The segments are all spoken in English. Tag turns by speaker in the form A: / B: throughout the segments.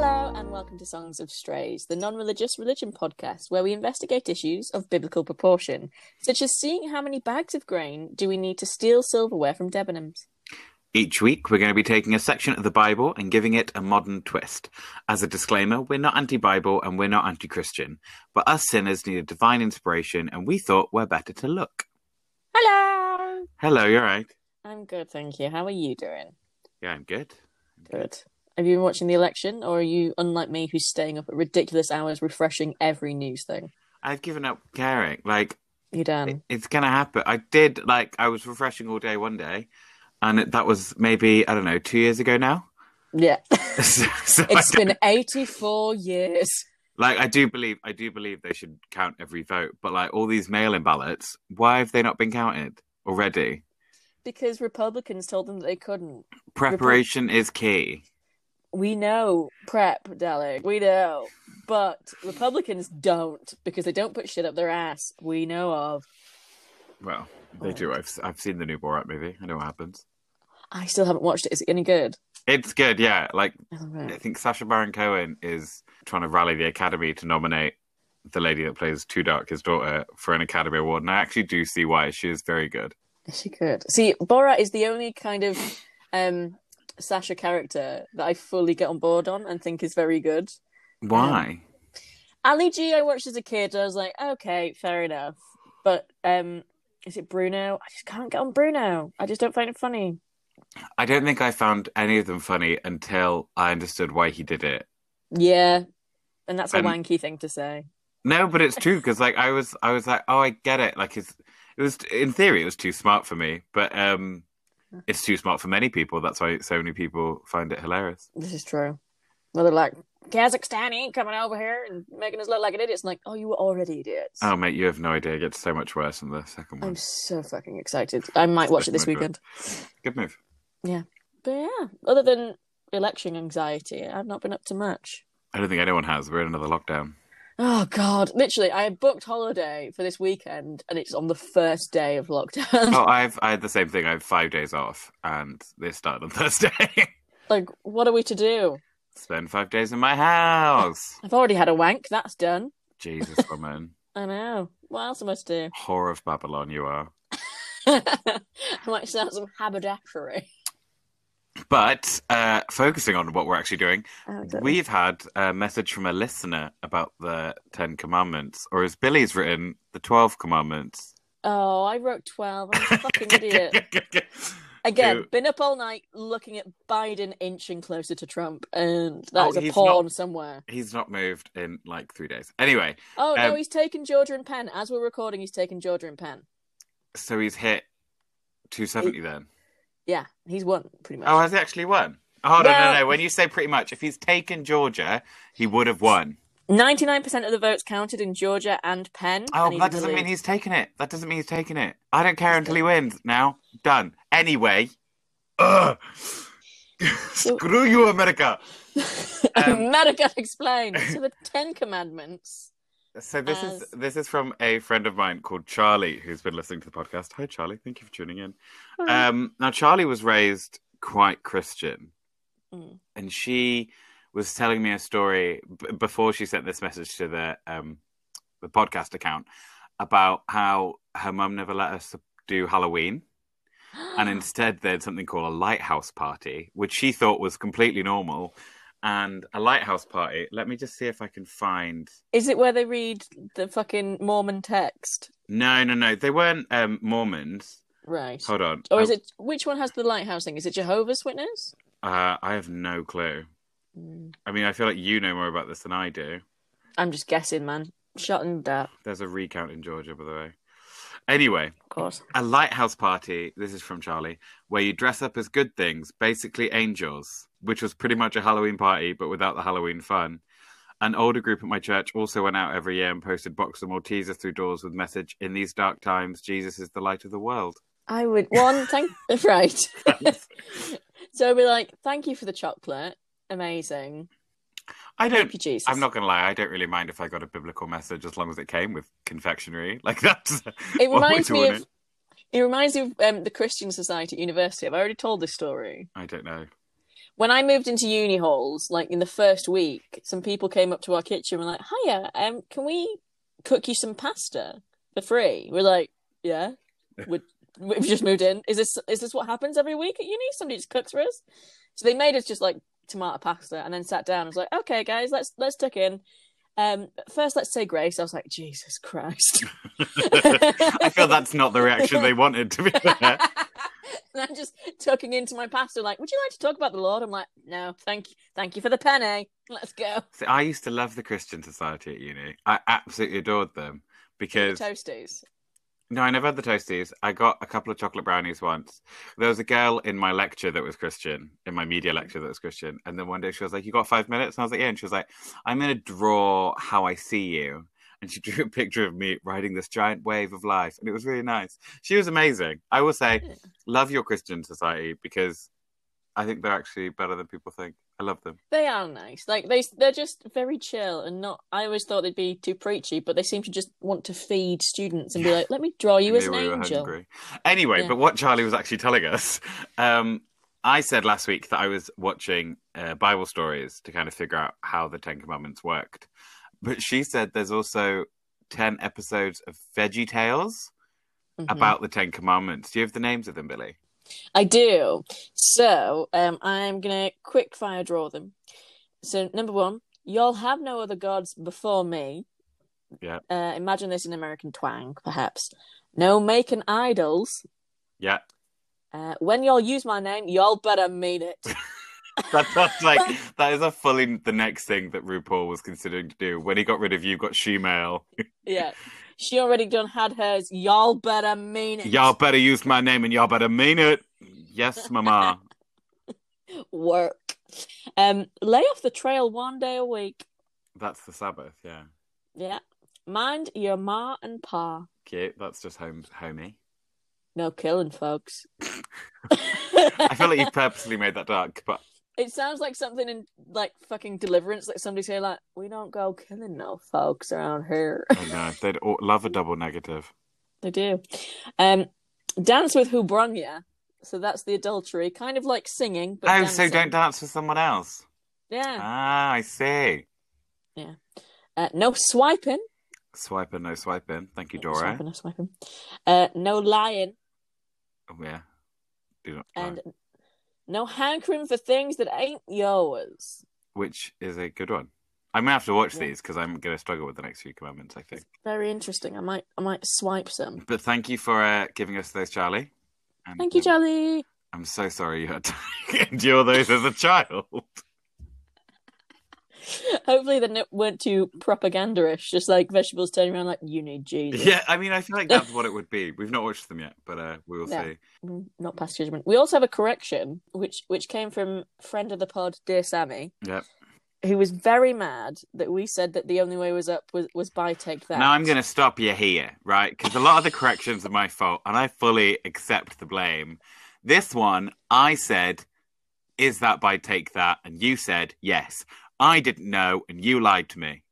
A: welcome to Songs of Strays, the non religious religion podcast where we investigate issues of biblical proportion, such as seeing how many bags of grain do we need to steal silverware from Debenhams.
B: Each week, we're going to be taking a section of the Bible and giving it a modern twist. As a disclaimer, we're not anti Bible and we're not anti Christian, but us sinners need a divine inspiration and we thought we're better to look.
A: Hello!
B: Hello, you're right.
A: I'm good, thank you. How are you doing?
B: Yeah, I'm good.
A: Good. Have you been watching the election, or are you unlike me, who's staying up at ridiculous hours refreshing every news thing?
B: I've given up caring. Like,
A: You
B: it-
A: done?
B: it's going to happen. I did, like, I was refreshing all day one day, and it- that was maybe, I don't know, two years ago now.
A: Yeah.
B: So- so I
A: it's been 84 years.
B: Like I do believe, I do believe they should count every vote, but like all these mail-in ballots, why have they not been counted already?
A: Because Republicans told them that they couldn't.
B: Preparation is key.
A: We know prep, Dalek. We know. But Republicans don't because they don't put shit up their ass. We know of.
B: Well, they do. I've I've seen the new Borat movie. I know what happens.
A: I still haven't watched it. Is it any good?
B: It's good, yeah. Like
A: I don't know.
B: I think Sasha Baron Cohen is trying to rally the Academy to nominate the lady that plays Too Dark, his daughter, for an Academy Award, and I actually do see why. She is very good.
A: Is she good? See, Borat is the only kind of um, Sasha character that I fully get on board on and think is very good.
B: Why?
A: Ali G, I watched as a kid. I was like, okay, fair enough. But um, is it Bruno? I just can't get on Bruno. I just don't find it funny.
B: I don't think I found any of them funny until I understood why he did it.
A: Yeah, and that's a
B: Um,
A: wanky thing to say.
B: No, but it's true because like I was, I was like, oh, I get it. Like it's, it was in theory, it was too smart for me, but um, it's too smart for many people. That's why so many people find it hilarious.
A: This is true. Well, they're like Kazakhstan ain't coming over here and making us look like an idiot. It's like, oh, you were already idiots.
B: Oh mate, you have no idea. It gets so much worse than the second one.
A: I'm so fucking excited. I might watch it this
B: Definitely.
A: weekend.
B: Good move.
A: But yeah, other than election anxiety, I've not been up to much.
B: I don't think anyone has. We're in another lockdown.
A: Oh god, literally, I had booked holiday for this weekend, and it's on the first day of lockdown.
B: Oh, I've I had the same thing. I have five days off, and they started on Thursday.
A: like, what are we to do?
B: Spend five days in my house.
A: I've already had a wank. That's done.
B: Jesus, woman,
A: I know. What else am I to do?
B: whore of Babylon, you are.
A: I might start some haberdashery.
B: But uh, focusing on what we're actually doing.
A: Oh, God.
B: We've had a message from a listener about the Ten Commandments, or as Billy's written, the Twelve Commandments.
A: Oh, I wrote twelve. I'm a fucking idiot. Again,
B: Who-
A: been up all night looking at Biden inching closer to Trump, and that
B: Oh,
A: is a
B: he's
A: pawn somewhere.
B: He's not moved in like three days. Anyway,
A: Oh no,
B: Um,
A: he's taken Georgia and Penn. As we're recording, he's taken Georgia and Penn.
B: so he's hit 270 then.
A: Yeah, he's won pretty much.
B: Oh, has he actually won? Oh, no,
A: Well-
B: no, no. When you say pretty much, if he's taken Georgia, he would have won.
A: Ninety-nine percent of the votes counted in Georgia and Penn. and
B: Oh,
A: he's
B: but that
A: in the
B: doesn't mean
A: lead.
B: he's taken it. That doesn't mean he's taken it. I don't care until he wins now. Done. Anyway. Ugh. Screw you, America. um,
A: America explained. So the Ten Commandments.
B: So this
A: as-
B: is this is from a friend of mine called Charlie, who's been listening to the podcast. Hi, Charlie. Thank you for tuning in.
A: Hi.
B: Um, now, Charlie was raised quite Christian,
A: Mm.
B: and she was telling me a story b- before she sent this message to the um, the podcast account about how her mum never let us do Halloween,
A: Ah.
B: and instead they had something called a lighthouse party, which she thought was completely normal. And a lighthouse party. Let me just see if I can find.
A: Is it where they read the fucking Mormon text?
B: No, no, no. They weren't um, Mormons.
A: Right.
B: Hold on.
A: Or is it which one has the lighthouse thing? Is it Jehovah's Witness?
B: Uh, I have no clue.
A: Mm.
B: I mean, I feel like you know more about this than I do.
A: I'm just guessing, man. Shot and that,
B: There's a recount in Georgia, by the way. Anyway,
A: of course.
B: a lighthouse party. This is from Charlie, where you dress up as good things, basically angels, which was pretty much a Halloween party, but without the Halloween fun. An older group at my church also went out every year and posted boxes of Maltesers through doors with message: "In these dark times, Jesus is the light of the world."
A: I would one thank right. so I'd be like, thank you for the chocolate. Amazing.
B: I don't
A: Thank you, Jesus.
B: I'm not gonna lie, I don't really mind if I got a biblical message as long as it came with confectionery. Like that's
A: It
B: what we
A: reminds me
B: want
A: of. It reminds me of um, the Christian Society at university. I've already told this story.
B: I don't know.
A: when I moved into uni halls, like in the first week, some people came up to our kitchen and were like, "Hiya, um, can we cook you some pasta for free?" We're like, "Yeah, we're, we've just moved in. Is this is this what happens every week at uni? Somebody just cooks for us." So they made us just like tomato pasta and then sat down. I was like, "Okay, guys, let's let's tuck in." Um, first, let's say grace. I was like, "Jesus Christ!"
B: I feel that's not the reaction they wanted. To be fair,
A: and I'm just tucking into my pastor, like, would you like to talk about the Lord? I'm like, no, thank you, thank you for the penny. Let's go.
B: See, I used to love the Christian Society at uni. I absolutely adored them because
A: Toasties.
B: no, I never had the toasties. I got a couple of chocolate brownies once. There was a girl in my lecture that was Christian, in my media lecture that was Christian, and then one day she was like, "You got five minutes?" And I was like, "Yeah." And she was like, "I'm going to draw how I see you." And she drew a picture of me riding this giant wave of life, and it was really nice. She was amazing. I will say,
A: Yeah.
B: love your Christian society because I think they're actually better than people think. I love them.
A: They are nice. Like they, they're just very chill and not. I always thought they'd be too preachy, but they seem to just want to feed students and be
B: Yeah.
A: like, "Let me draw you
B: I
A: as
B: knew
A: an
B: we were
A: angel."
B: hungry. Anyway,
A: Yeah.
B: but what Charlie was actually telling us, um, I said last week that I was watching uh, Bible stories to kind of figure out how the Ten Commandments worked. But she said there's also 10 episodes of Veggie Tales
A: Mhm.
B: about the Ten Commandments. Do you have the names of them, Billy?
A: I do. So um, I'm gonna quick fire draw them. So number one, y'all have no other gods before me.
B: Yeah.
A: Uh, imagine this in American twang, perhaps. No making idols.
B: Yeah.
A: Uh, when y'all use my name, y'all better mean it.
B: That, that's like, that is a fully the next thing that RuPaul was considering to do when he got rid of You Got Shemale.
A: yeah, she already done had hers. Y'all better mean it.
B: Y'all better use my name and y'all better mean it. Yes, Mama.
A: work. Um, lay off the trail one day a week.
B: That's the Sabbath, yeah.
A: Yeah, mind your ma and pa.
B: Cute. That's just home homey.
A: No killing, folks.
B: I feel like you purposely made that dark, but
A: It sounds like something in like fucking Deliverance, like somebody say like, "We don't go killing no folks around here."
B: oh no, they'd all, love a double negative.
A: they do. Um, dance with who brung ya. So that's the adultery, kind of like singing. But
B: oh, so
A: dancing.
B: don't dance with someone else.
A: Yeah.
B: Ah, I see.
A: Uh, no swiping.
B: Swipe in, no swipe in. Thank you,
A: No
B: Dora.
A: swiping, no swiping. Uh, no lying
B: Oh, yeah. Do not lie.
A: and no hankering for things that ain't yours.
B: Which is a good one. I'm gonna have to watch
A: Yeah.
B: these because I'm gonna struggle with the next few commandments, I think.
A: Very interesting. I might, I might swipe some.
B: But thank you for uh, giving us those, Charlie. And,
A: Thank you,
B: um,
A: Jolly.
B: I'm so sorry you had to endure those as a child.
A: Hopefully, they no- weren't too propaganda-ish. Just like vegetables turning around, like you need Jesus.
B: Yeah, I mean, I feel like that's what it would be. We've not watched them yet, but uh, we will
A: No.
B: see.
A: Mm, not past judgment. We also have a correction, which which came from friend of the pod, dear Sammy,
B: Yep.
A: who was very mad that we said that the only way was up was was by take that.
B: Now I'm going to stop you here, right? Because a lot of the corrections are my fault, and I fully accept the blame. This one, I said, "Is that by take that?" And you said, "Yes." I didn't know, and you lied to me.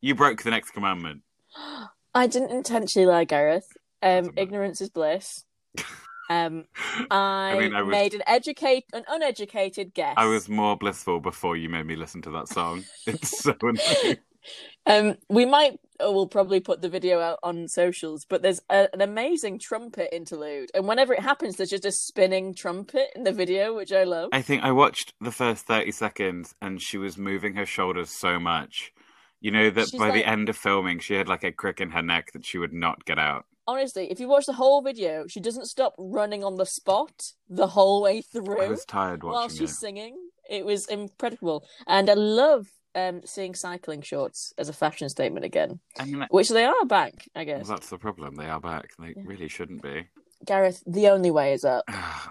B: You broke the next commandment.
A: I didn't intentionally lie, Gareth. Um,
B: Doesn't matter.
A: ignorance is bliss. Um, I,
B: mean, I was-
A: made an educate an uneducated guess.
B: I was more blissful before you made me listen to that song. It's so annoying.
A: Um, we might, oh, we'll probably put the video out on socials, but there's a, an amazing trumpet interlude, and whenever it happens, there's just a spinning trumpet in the video, which I love.
B: I think I watched the first 30 seconds and she was moving her shoulders so much. You know that
A: She's
B: by the
A: like-
B: end of filming, she had like a crick in her neck that she would not get out.
A: Honestly, if you watch the whole video, she doesn't stop running on the spot the whole way
B: I
A: through
B: was tired
A: while
B: watching
A: she's
B: it.
A: singing. It was incredible, and I love um, seeing cycling shorts as a fashion statement again,
B: I mean, like,
A: which they are back, I
B: well,
A: guess.
B: that's the problem. They are back. They
A: Yeah.
B: really shouldn't be.
A: Gareth, the only way is up.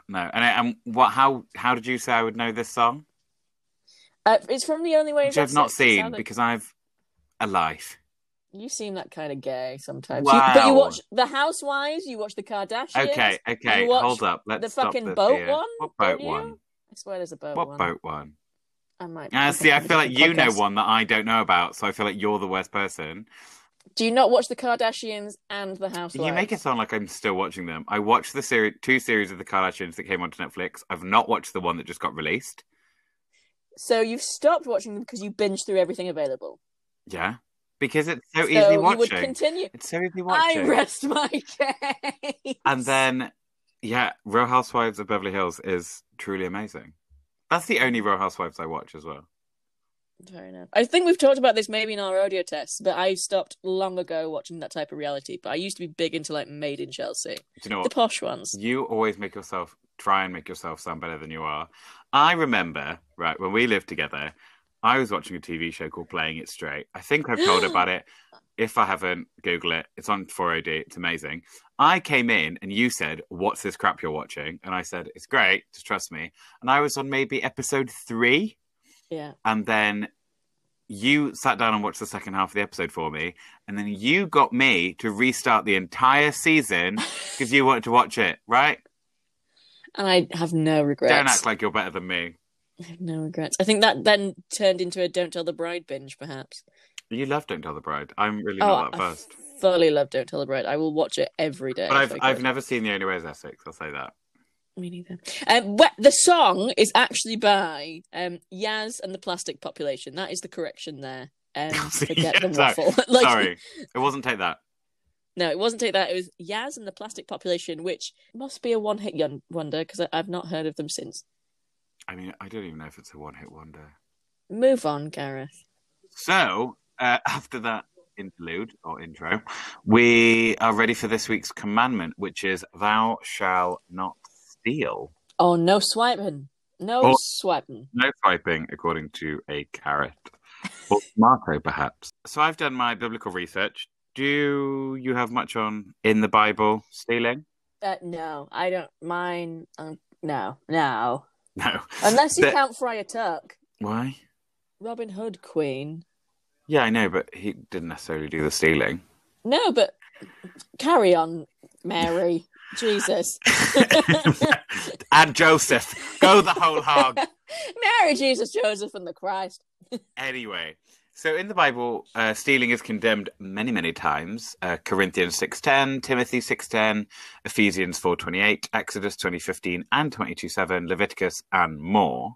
B: no. And, I- and what? How? How did you say I would know this song?
A: Uh, it's from the only way is
B: Which
A: up.
B: I've not
A: so it's how
B: seen
A: they-
B: because I've a life.
A: You seem that kind of gay sometimes. You- but you
B: Wow.
A: watch The Housewives, you watch The Kardashians.
B: Okay. Okay.
A: you watched
B: Hold up. Let's
A: the
B: stop
A: fucking
B: this
A: boat
B: here.
A: one,
B: What boat
A: don't you?
B: one?
A: I swear there's a boat
B: What
A: one.
B: boat one?
A: I might.
B: Ah,
A: I
B: see, I
A: think
B: feel
A: I'm
B: like you know
A: podcast.
B: one that I don't know about, so I feel like you're the worst person.
A: Do you not watch The Kardashians and The Housewives?
B: You make it sound like I'm still watching them. I watched the series, two series of the Kardashians that came onto Netflix. I've not watched the one that just got released.
A: So you've stopped watching them because you binge through everything available.
B: Yeah, because it's so,
A: so
B: easy
A: you would
B: watching.
A: continue.
B: it's so easy watching.
A: I rest my case.
B: and then, yeah, Real Housewives of Beverly Hills is truly amazing. That's the only Real Housewives I watch as well.
A: Fair enough. I think we've talked about this maybe in our audio tests, but I stopped long ago watching that type of reality. But I used to be big into like Made in Chelsea,
B: Do you know
A: the
B: what? Mm.
A: posh ones.
B: You always make yourself try and make yourself sound better than you are. I remember, right, when we lived together, I was watching a TV show called Playing It Straight. I think I've told about it. If I haven't, Google it. It's on 4OD. It's amazing. I came in and you said, What's this crap you're watching? And I said, It's great. Just trust me. And I was on maybe episode three
A: Yeah,
B: and then you sat down and watched the second half of the episode for me, and then you got me to restart the entire season because you wanted to watch it, right?
A: and I have no
B: Don't
A: regrets.
B: act like you're better than me.
A: I have no regrets. I think that then turned into a "Don't Tell the Bride" binge, perhaps.
B: You love Don't Tell the Bride. I'm really
A: oh,
B: not that
A: I
B: fast.
A: fully love "Don't Tell the Bride." I will watch it every day.
B: But
A: if
B: I've
A: I
B: I've
A: could.
B: never seen The Only Way is Essex. I'll say that.
A: Me neither. Um, wh- the song is actually by um, Yaz and the Plastic Population. That is the correction there. Um, forget the
B: Yeah, sorry.
A: waffle. like,
B: Sorry, it wasn't take that.
A: No, it wasn't Take That. It was Yaz and the Plastic Population, which must be a one-hit yon- wonder because I've not heard of them since.
B: I mean, I don't even know if it's a one-hit wonder.
A: Move on, Gareth.
B: So, uh, after that interlude or intro, we are ready for this week's commandment, which is "Thou shall not steal."
A: Oh, no swiping. No
B: Oh.
A: swiping.
B: No swiping, according to a carrot or tomato, perhaps. So, I've done my biblical research. Do you have much on in the Bible stealing?
A: Uh, no, I don't mind. Um, no, no.
B: No.
A: Unless you
B: But-
A: count Friar Tuck.
B: Why?
A: Robin Hood Queen.
B: Yeah, I know, but he didn't necessarily do the stealing.
A: No, but carry on, Mary. Jesus.
B: and Joseph, go the whole hog.
A: Mary, Jesus, Joseph, and the Christ.
B: Anyway, so in the Bible, uh, stealing is condemned many, many times. Uh, Corinthians six ten, Timothy six ten, Ephesians four twenty eight, Exodus twenty fifteen and twenty two seven, Leviticus and more.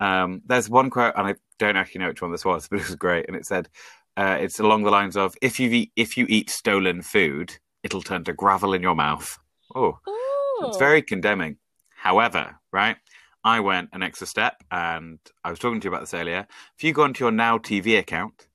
B: Um, there's one quote, and I don't actually know which one this was, but it was great, and it said, uh, "It's along the lines of if you eat, if you eat stolen food, it'll turn to gravel in your mouth." Oh,
A: Oh,
B: it's very condemning. However, right, I went an extra step and I was talking to you about this earlier. If you go onto your Now TV account,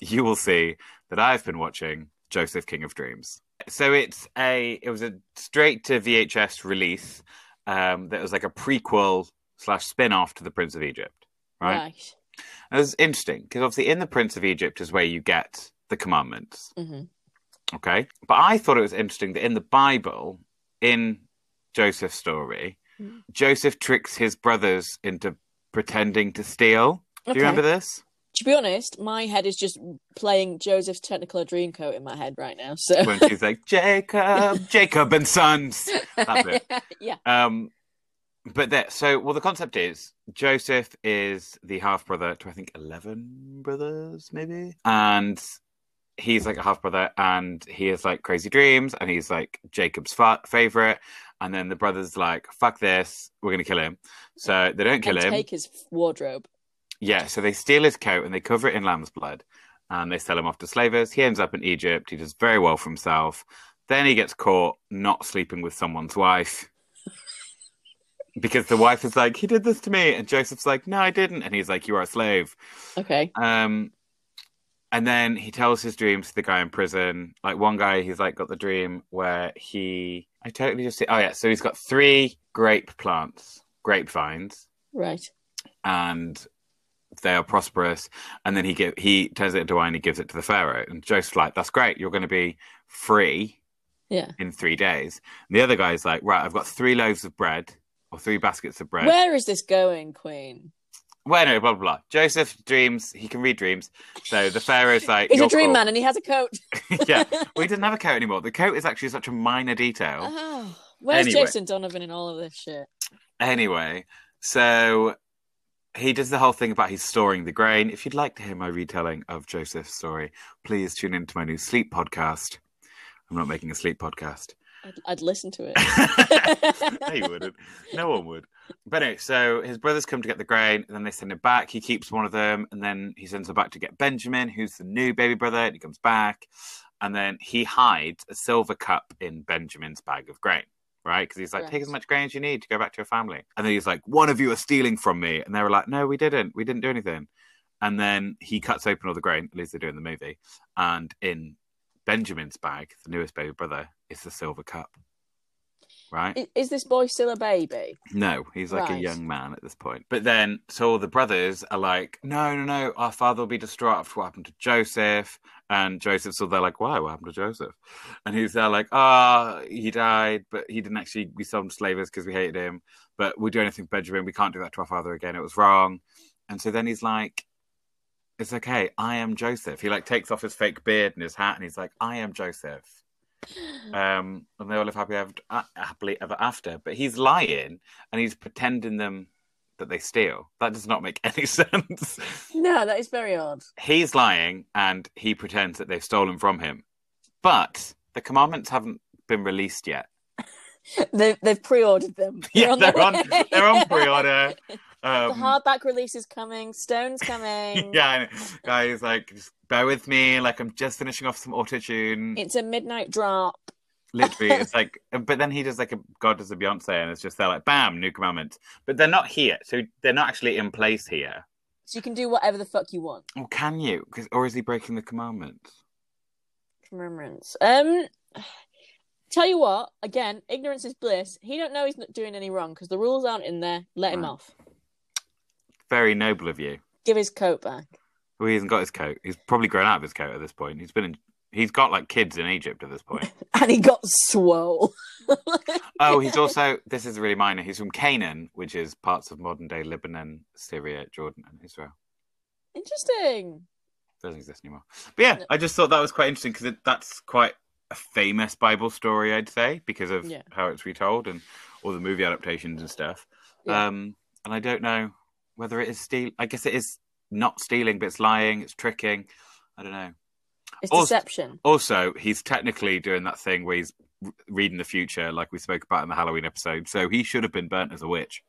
B: you will see that I've been watching Joseph King of Dreams. So it's a it was a straight to VHS release um, that was like a prequel slash spin off to The Prince of Egypt, right?
A: right.
B: And it was interesting because obviously in The Prince of Egypt is where you get the commandments.
A: Mhm.
B: Okay. But I thought it was interesting that in the Bible, in Joseph's story,
A: Mm.
B: Joseph tricks his brothers into pretending to steal. Do you
A: Okay.
B: remember this?
A: To be honest, my head is just playing Joseph's Technicolor Dreamcoat in my head right now. So,
B: When she's like, Jacob, Jacob and sons. That bit.
A: yeah,
B: Um, but that, so, well, the concept is Joseph is the half brother to, I think, 11 brothers, maybe. And he's like a half brother and he has like crazy dreams and he's like Jacob's fa- favorite. And then the brother's like, fuck this, we're going to kill him. So they don't kill
A: and
B: him.
A: take his wardrobe.
B: Yeah, so they steal his coat and they cover it in lamb's blood and they sell him off to slavers. He ends up in Egypt. He does very well for himself. Then he gets caught not sleeping with someone's wife because the wife is like, he did this to me. And Joseph's like, no, I didn't. And he's like, you are a slave.
A: Okay,
B: Um, and then he tells his dreams to the guy in prison. Like one guy, he's like got the dream where he, I totally just see. Oh yeah, so he's got three grape plants, grapevines,
A: right.
B: and they are prosperous. And then he give, he turns it into wine. He gives it to the pharaoh. And Joseph's like, "That's great. You're going to be free
A: Yeah.
B: in three days." And the other guy's like, "Right, I've got three loaves of bread or three baskets of bread."
A: Where is this going, Queen?
B: Well, no, blah blah blah. Joseph dreams. He can read dreams. So the pharaoh's like,
A: He's a
B: "You're
A: dream
B: cool."
A: man, and he has a coat.
B: yeah, we didn't have a coat anymore. The coat is actually such a minor detail.
A: Oh, where's
B: Anyway.
A: Jason Donovan in all of this shit?
B: Anyway, so he does the whole thing about he's storing the grain. If you'd like to hear my retelling of Joseph's story, please tune into my new sleep podcast. I'm not making a sleep podcast.
A: I'd, I'd listen to it.
B: no, you wouldn't. No one would. But anyway, so his brothers come to get the grain, and then they send him back. He keeps one of them, and then he sends them back to get Benjamin, who's the new baby brother, and he comes back. And then he hides a silver cup in Benjamin's bag of grain, right? Because he's like, take as
A: Right.
B: much grain as you need to go back to your family. And then he's like, one of you are stealing from me. And they were like, no, we didn't. We didn't do anything. And then he cuts open all the grain, at least they do in the movie. And in Benjamin's bag, the newest baby brother, is the silver cup. Right?
A: I- Is this boy still a baby?
B: No, he's like a
A: Right.
B: young man at this point. But then, so all the brothers are like, no, no, no, our father will be distraught after what happened to Joseph. And Joseph's all there like, why? What happened to Joseph? And he's there like, ah, he died, but he didn't actually, we sold him to slavers because we hated him. But we'll do anything, for Benjamin. We can't do that to our father again. It was wrong. And so then he's like, it's okay. I am Joseph. He like takes off his fake beard and his hat and he's like, I am Joseph um, and they all live happy ever, uh, happily ever after. But he's lying and he's pretending them that they steal. That does not make any sense.
A: No, that is very odd.
B: he's lying and he pretends that they've stolen from him. But the commandments haven't been released yet.
A: They, they've pre-ordered them.
B: Yeah,
A: their
B: they're on,
A: way.
B: they're on pre-order.
A: The
B: Um,
A: hardback release is coming. Stone's coming.
B: yeah, I know. guys, like just bear with me. Like I'm just finishing off some auto tune.
A: It's a midnight drop.
B: literally it's like um, but then he does like a god does a beyonce and it's just they're like bam new commandments but they're not here so they're not actually in place here
A: So you can do whatever the fuck you want.
B: or Oh, can you 'Cause- or is he breaking the commandments
A: Remembrance. Um, tell you what. Again, ignorance is bliss. He don't know he's not doing any wrong because the rules aren't in there. Let him
B: Right.
A: off.
B: very noble of you
A: Give his coat back.
B: well he hasn't got his coat he's probably grown out of his coat at this point he's been in he's got like kids in egypt at this point
A: And he got swole.
B: oh he's also this is really minor he's from canaan which is parts of modern day lebanon syria jordan and israel
A: Interesting.
B: doesn't exist anymore. But yeah, I just thought that was quite interesting because that's quite a famous Bible story, I'd say, because of
A: Yeah.
B: how it's retold and all the movie adaptations and stuff.
A: Yeah.
B: Um, and I don't know whether it is steal. I guess it is not stealing, but it's lying, it's tricking. I don't know.
A: It's
B: Also-
A: deception.
B: Also, he's technically doing that thing where he's r- reading the future, like we spoke about in the Halloween episode. So he should have been burnt as a witch.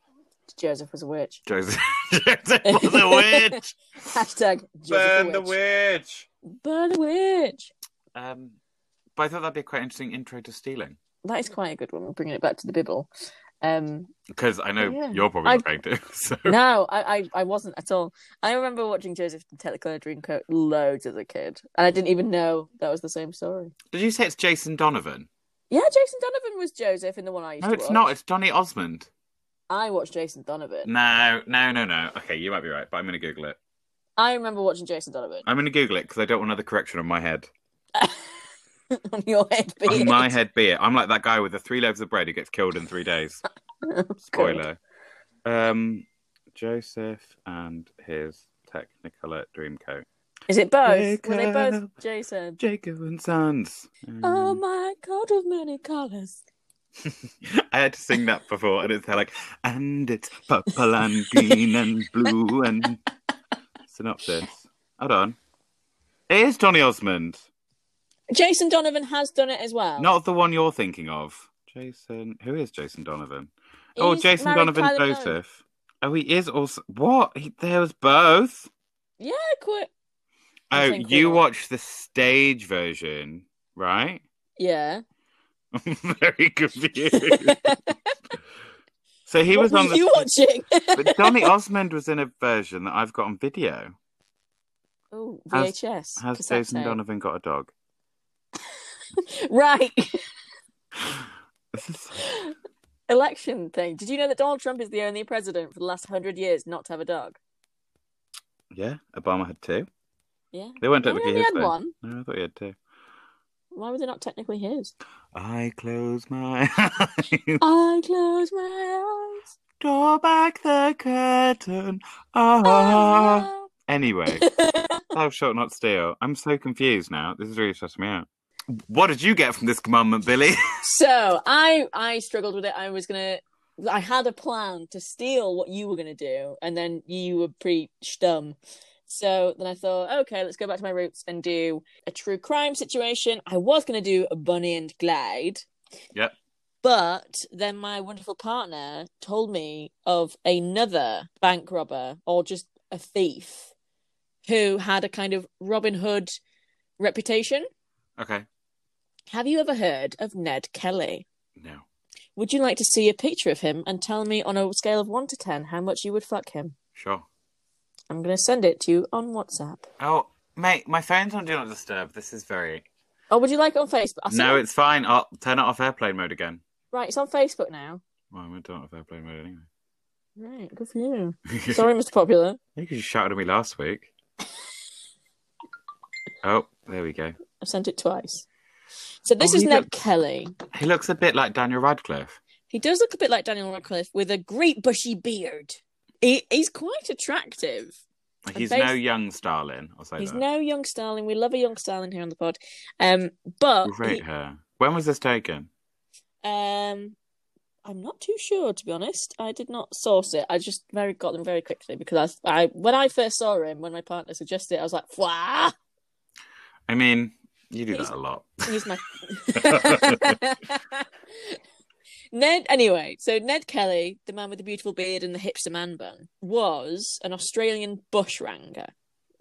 A: Joseph was a witch.
B: Joseph, Joseph was a witch.
A: Hashtag Joseph
B: Burn
A: the
B: the
A: witch.
B: witch.
A: Burn the witch.
B: Um, but I thought that'd be a quite interesting intro to stealing
A: That is quite a good one. Bringing it back to the Bible. Um,
B: because I know
A: Yeah.
B: you're probably
A: I-
B: not going to. So
A: no, I, I, I wasn't at all. I remember watching Joseph the Technicolor Dreamcoat loads as a kid, and I didn't even know that was the same story.
B: did you say it's Jason Donovan?
A: Yeah, Jason Donovan was Joseph in the one I used
B: No,
A: to
B: it's
A: watch.
B: not. Mm. It's Donny Osmond.
A: I watched Jason Donovan.
B: No, no, no, no. Okay, you might be right, but I'm going to Google it.
A: I remember watching Jason Donovan
B: I'm going to Google it because I don't want another correction on my head.
A: on your head. be
B: on
A: it.
B: my head, be it. I'm like that guy with the three loaves of bread who gets killed in three days. Spoiler. Um, Joseph and his Technicolor Dreamcoat.
A: Is it both? Were they both
B: Jacob.
A: Jason?
B: Jacob and Sons. Mm.
A: Oh my coat of many colours.
B: I had to sing that before, and it's like, and it's purple and green and blue and synopsis. Hold on, it is Johnny Osmond,
A: Jason Donovan has done it as well.
B: not the one you're thinking of. Jason, who is Jason Donovan? oh,
A: He's
B: Jason
A: married
B: Donovan
A: Kylie Minogue.
B: Joseph. Oh, he is also what? He, there was both.
A: Yeah, quite. I
B: Oh,
A: think
B: you
A: we are.
B: watched the stage version, right?
A: Yeah.
B: I'm very confused. so he
A: What
B: was
A: were
B: on the
A: you watching?
B: but Donny Osmond was in a version that I've got on video.
A: Oh,
B: Has-
A: VHS.
B: Has
A: cassette
B: Jason
A: tape.
B: Donovan got a dog?
A: Right.
B: This is-
A: Election thing. Did you know that Donald Trump is the only president for the last hundred years not to have a dog?
B: yeah, Obama had two.
A: Yeah.
B: They weren't
A: They
B: technically
A: only
B: his.
A: had
B: though.
A: one.
B: No, I thought he had two.
A: Why were they not technically his?
B: I close my eyes,
A: I close my eyes.
B: draw back the curtain. Ah.
A: Ah.
B: Anyway, thou shalt not steal. I'm so confused now. This is really stressing me out. What did you get from this commandment, Billy?
A: so I I struggled with it. I was gonna. I had a plan to steal what you were gonna do, and then you were pretty stum. So then I thought, okay, let's go back to my roots and do a true crime situation. I was gonna do a Bunny and Glide,
B: Yep.
A: But then my wonderful partner told me of another bank robber or just a thief who had a kind of Robin Hood reputation.
B: Okay.
A: Have you ever heard of Ned Kelly?
B: No.
A: Would you like to see a picture of him and tell me on a scale of 1 to 10 how much you would fuck him?
B: Sure.
A: I'm going to send it to you on WhatsApp.
B: Oh, mate, my phone's on Do Not Disturb. This is very.
A: Oh, would you like it on Facebook? I'll send
B: No,
A: it-
B: it's fine. I'll turn it off airplane mode again.
A: Right, it's on Facebook now.
B: Well, I'm going to turn it off airplane mode anyway.
A: Right, good for you. Sorry, Mr. Popular.
B: you just shouted at me last week. oh, there we go.
A: I've sent it twice. So this
B: Oh,
A: is
B: he
A: Ned Kelly.
B: He looks a bit like Daniel Radcliffe.
A: He does look a bit like Daniel Radcliffe with a great bushy beard. He, he's quite attractive.
B: Like
A: And
B: he's
A: based-
B: no young Starlin. I'll say
A: He's
B: that.
A: no young starling. We love a young starling here on the pod. Um, but
B: We rate
A: he-
B: her. When was this taken?
A: um, I'm not too sure to be honest. I did not source it. I just very got them very quickly because I, I when I first saw him, when my partner suggested it, I was like, "Wow,
B: I mean, you do
A: He's-
B: that a lot.
A: He's my Ned. Anyway, so Ned Kelly, the man with the beautiful beard and the hipster man bun, was an Australian bushranger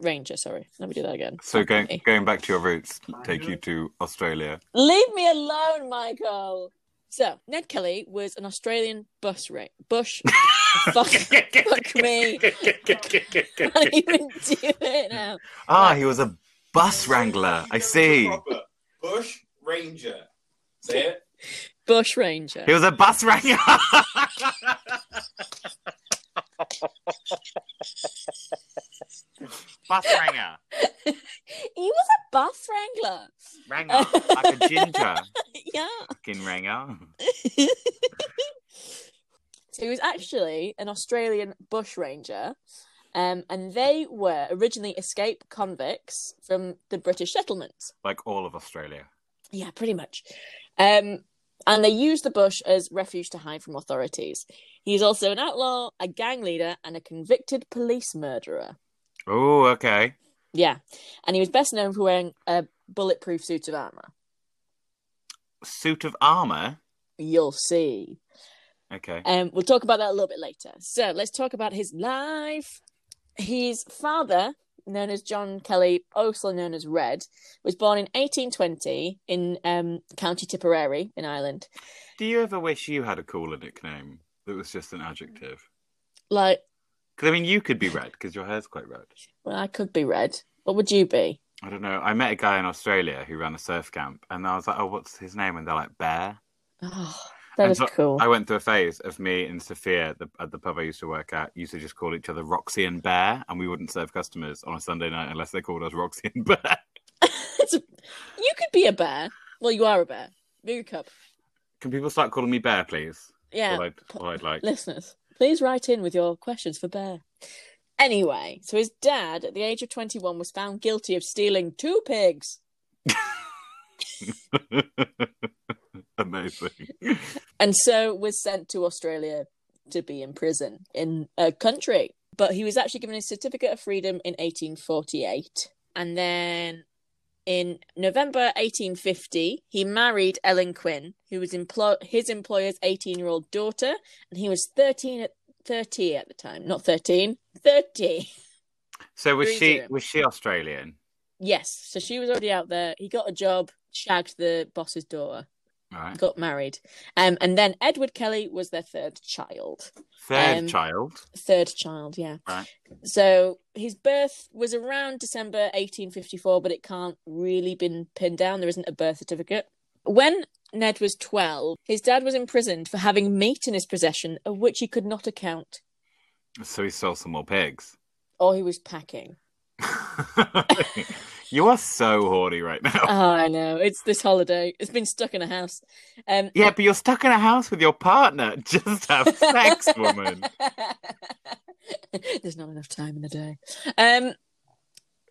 A: ranger. Sorry, let me do that again.
B: So going
A: Okay.
B: going back to your roots, take you to Australia.
A: Leave me alone, Michael. So Ned Kelly was an Australian bus ra- bush. fuck, fuck me. I can't even do it now.
B: Ah, he was a bus wrangler. I see.
C: Proper Bush Ranger. Say it.
A: Bush ranger.
B: He was a bus wrangler. bus wrangler.
A: He was a bus wrangler.
B: Wrangler. Like a ginger.
A: Yeah.
B: Fucking wrangler.
A: So he was actually an Australian bushranger, um, and they were originally escape convicts from the British settlements.
B: Like all of Australia.
A: Yeah, pretty much. Um, and they used the bush as refuge to hide from authorities. He's also an outlaw, a gang leader, and a convicted police murderer.
B: Oh, okay.
A: Yeah, and he was best known for wearing a bulletproof suit of armor.
B: Suit of armor.
A: You'll see.
B: Okay.
A: Um, we'll talk about that a little bit later. So let's talk about his life. His father, known as John Kelly, also known as Red, was born in 1820 in um, County Tipperary in Ireland.
B: Do you ever wish you had a cooler nickname that was just an adjective?
A: Like,
B: Because I mean, you could be red because your hair's quite red.
A: well, I could be Red. What would you be?
B: I don't know. I met a guy in Australia who ran a surf camp, and I was like, "Oh, what's his name?" And they're like, "Bear."
A: Oh, that
B: And
A: was
B: so
A: cool.
B: I went through a phase of me and Sophia the, at the pub I used to work at used to just call each other Roxy and Bear, and we wouldn't serve customers on a Sunday night unless they called us Roxy and Bear.
A: It's a- you could be a bear. Well, you are a bear. Big cup.
B: Can people start calling me Bear, please?
A: Yeah.
B: All, I'd, all I'd like.
A: Listeners, please write in with your questions for Bear. Anyway, so his dad, at the age of 21, was found guilty of stealing two pigs.
B: Amazing.
A: and so was sent to Australia to be in prison in a country. But he was actually given his certificate of freedom in 1848, and then in November 1850, he married Ellen Quinn, who was emplo- his employer's 18-year-old daughter, and he was 13 at 30 at the time, not 13, 30.
B: So was
A: Three
B: she
A: zero.
B: was she Australian?
A: Yes, so she was already out there. He got a job, shagged the boss's daughter,
B: Right.
A: got married, um, and then Edward Kelly was their third child.
B: Third
A: Um,
B: child.
A: third child yeah
B: Right.
A: so his birth was around december 1854 but it can't really been pinned down there isn't a birth certificate when ned was 12 his dad was imprisoned for having meat in his possession of which he could not account
B: So he stole some more pigs.
A: or he was packing
B: you are so horny right now.
A: oh i know it's this holiday it's been stuck in a house um
B: Yeah, but you're stuck in a house with your partner. Just have sex, woman.
A: There's not enough time in the day. Um,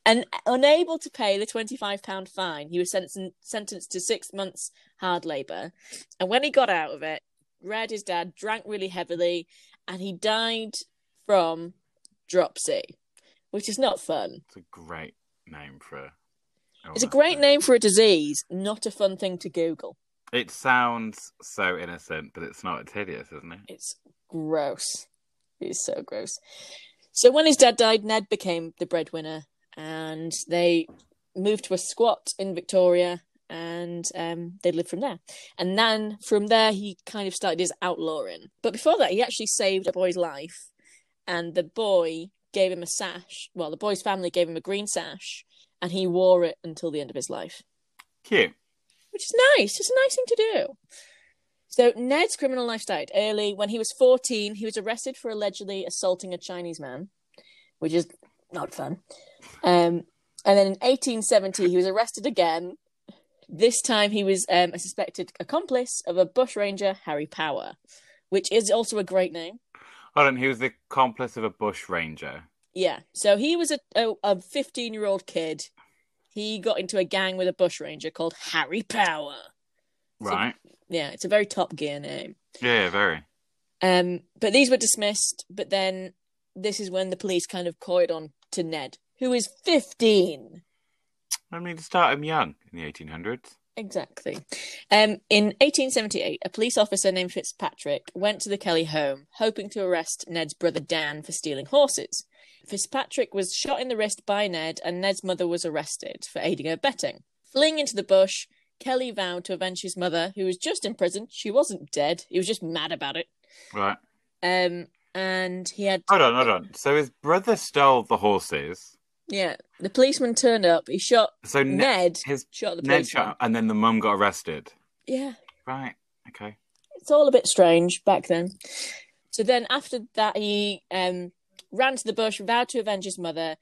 A: and unable to pay the twenty-five pound fine, he was sentenced sentenced to six months hard labour. And when he got out of it, Red, his dad, drank really heavily, and he died from dropsy, which is not fun.
B: It's a great name for. a- Oh,
A: It's a great name for a disease, not a fun thing to Google.
B: It sounds so innocent, but it's not. It's hideous, isn't it?
A: It's gross. It's so gross. So when his dad died, Ned became the breadwinner, and they moved to a squat in Victoria, and um, they lived from there. And then from there, he kind of started his outlawing. But before that, he actually saved a boy's life, and the boy gave him a sash. Well, the boy's family gave him a green sash, and he wore it until the end of his life,
B: Cute.
A: which is nice. It's a nice thing to do. So Ned's criminal life started early. When he was 14, he was arrested for allegedly assaulting a Chinese man, which is not fun. Um, and then in 1870, he was arrested again. This time, he was um, a suspected accomplice of a bushranger, Harry Power, which is also a great name.
B: Hold on, he was the accomplice of a bush ranger.
A: Yeah. So he was a a- a 15 year old kid. He got into a gang with a bushranger called Harry Power.
B: Right.
A: Yeah, it's a very Top Gear name.
B: yeah, very.
A: Um, but these were dismissed. But then this is when the police kind of coyed on to Ned, who is 15.
B: I mean, to start him young in the 1800s.
A: Exactly. Um, in 1878, a police officer named Fitzpatrick went to the Kelly home, hoping to arrest Ned's brother Dan for stealing horses. Fitzpatrick was shot in the wrist by Ned, and Ned's mother was arrested for aiding and abetting. Fleeing into the bush, Kelly vowed to avenge his mother, who was just in prison. She wasn't dead; he was just mad about it.
B: Right.
A: Um, and he had
B: Hold on, hold on. So his brother stole the horses.
A: yeah. The policeman turned up. He shot
B: So Ne-
A: Ned.
B: his
A: Shot the
B: Ned
A: policeman.
B: shot, and then the mum got arrested.
A: yeah.
B: Right. Okay.
A: it's all a bit strange back then. So then after that, he um, ran to the bush, vowed to avenge his mother.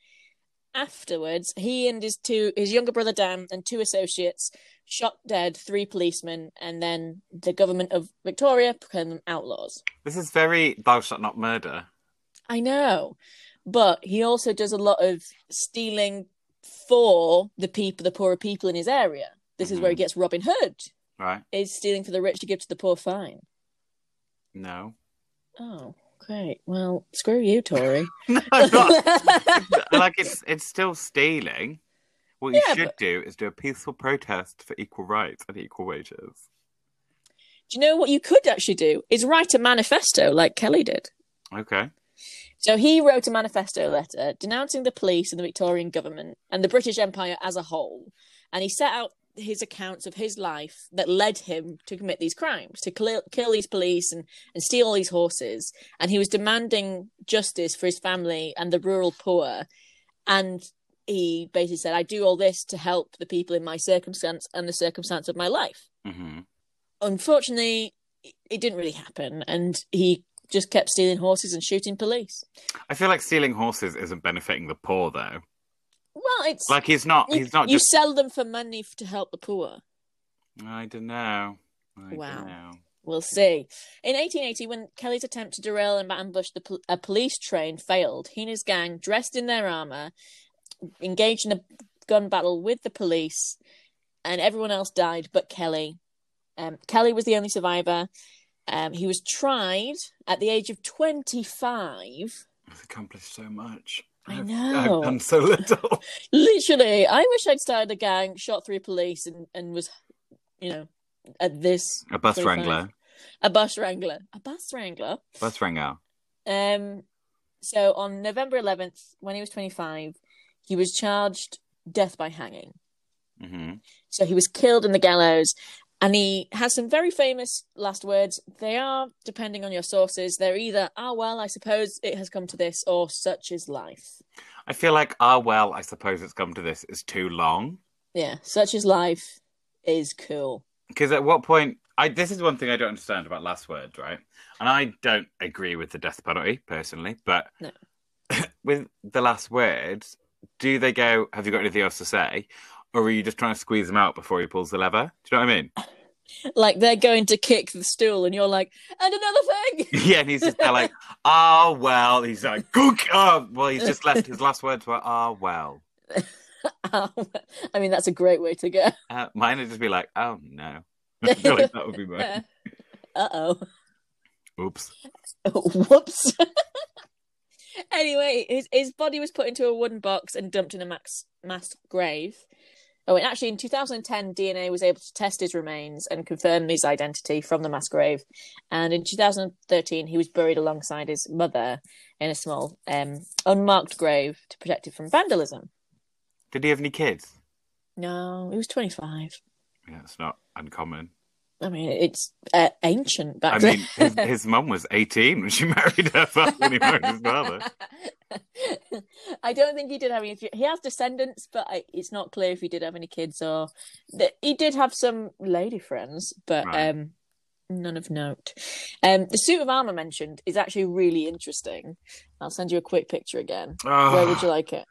A: Afterwards, he and his two his younger brother Dan and two associates shot dead three policemen, and then the government of Victoria proclaimed them outlaws.
B: This is very thou shalt not murder.
A: I know, but he also does a lot of stealing for the people, the poorer people in his area. This is where he
B: Mm-hmm.
A: gets Robin Hood.
B: Right.
A: Is stealing for the rich to give to the poor. Fine.
B: No.
A: Oh, great. Well, screw you, Tory.
B: No, I'm not. like it's it's still stealing. What you
A: Yeah,
B: should
A: but-
B: do is do a peaceful protest for equal rights and equal wages.
A: Do you know what you could actually do? Is write a manifesto like Kelly did.
B: Okay.
A: So he wrote a manifesto letter denouncing the police and the Victorian government and the British Empire as a whole. And he set out his accounts of his life that led him to commit these crimes, to kill, kill these police and, and steal all these horses. And he was demanding justice for his family and the rural poor. And he basically said, I do all this to help the people in my circumstance and the circumstance of my life
B: hmm
A: unfortunately, it- it didn't really happen, and he just kept stealing horses and shooting police.
B: I feel like stealing horses isn't benefiting the poor though.
A: Well, it's
B: Like he's not.
A: you,
B: He's not
A: you
B: just.
A: sell them for money f- to help the poor.
B: I don't know. I
A: Wow.
B: Don't know.
A: We'll see. In 1880, when Kelly's attempt to derail and ambush the pol- a police train failed, he and his gang, dressed in their armor, engaged in a gun battle with the police, and everyone else died but Kelly. Um, Kelly was the only survivor. Um, he was tried at the age of 25
B: I've accomplished so much.
A: I
B: I've-
A: know.
B: I've done so little.
A: Literally, I wish I'd started a gang, shot three police, and, and was, you know, at this
B: a bus
A: 25.
B: wrangler.
A: a bus wrangler, a bus wrangler.
B: Bus wrangler.
A: Um, so on November 11th, when he was 25, he was charged death by hanging.
B: hmm
A: So he was killed in the gallows, and he has some very famous last words. They are, depending on your sources, they're either "Ah, well, I suppose it has come to this," or "Such is life."
B: I feel like ah well. I suppose it's come to this. Is too long.
A: Yeah, such is life is cool.
B: Because at what point? I this is one thing I don't understand about last words, right? And I don't agree with the death penalty personally, but
A: No.
B: with the last words, do they go? Have you got anything else to say? Or are you just trying to squeeze him out before he pulls the lever? Do you know what I mean?
A: like they're going to kick the stool and you're like and another thing
B: yeah, and he's just there like, ah, well. He's like, gook. Oh, well, he's just left. His last words were, ah, well.
A: Um, i mean that's a great way to go
B: Uh, mine would just be like, oh, no. I feel like that would be mine.
A: uh-oh
B: Oops.
A: whoops anyway his, his body was put into a wooden box and dumped in a max mass grave Oh, and actually, in 2010, DNA was able to test his remains and confirm his identity from the mass grave. And in 2013, he was buried alongside his mother in a small, um, unmarked grave to protect it from vandalism.
B: Did he have any kids?
A: No, he was 25.
B: Yeah, it's not uncommon.
A: I mean, it's uh, ancient back
B: I
A: then.
B: mean, his, his mum was 18 when she married her father, when he married his father.
A: I don't think he did have any. He has descendants, but I, it's not clear if he did have any kids or that he did have some lady friends, but
B: Right.
A: um, none of note. Um, the suit of armor mentioned is actually really interesting. I'll send you a quick picture again.
B: Oh,
A: Where would you like it?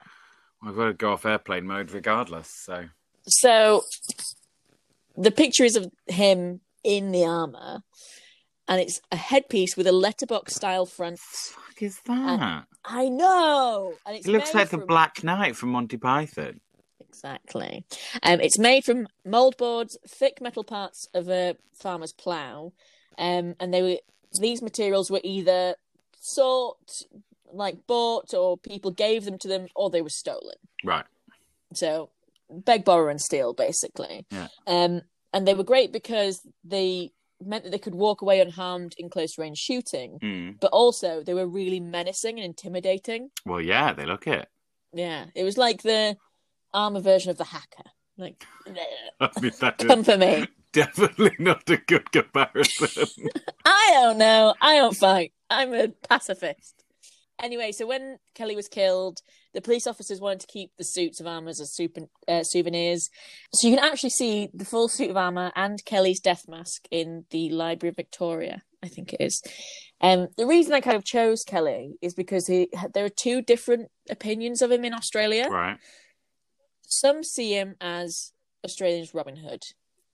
B: I've got to go off airplane mode regardless. So
A: So the picture is of him in the armor, and it's a headpiece with a letterbox style front.
B: fuck is that?
A: I know, and Uh, it's
B: He looks
A: made
B: like the
A: from-
B: Black Knight from Monty Python.
A: Exactly. Um, it's made from mold boards, thick metal parts of a farmer's plough, um, and they were these materials were either sought, like bought, or people gave them to them, or they were stolen.
B: Right.
A: So beg, borrow, and steal, basically.
B: Yeah.
A: Um, and they were great because they meant that they could walk away unharmed in close range shooting,
B: Hmm.
A: but also they were really menacing and intimidating.
B: Well, yeah, they look it.
A: Yeah, it was like the armor version of the hacker. Like,
B: I mean, that is
A: come for me.
B: definitely not a good comparison.
A: I don't know. I don't fight. I'm a pacifist. Anyway, so when Kelly was killed, the police officers wanted to keep the suits of armor as super, uh, souvenirs. So you can actually see the full suit of armor and Kelly's death mask in the Library of Victoria, I think it is. Um, the reason I kind of chose Kelly is because he, there are two different opinions of him in Australia.
B: right.
A: Some see him as Australia's Robin Hood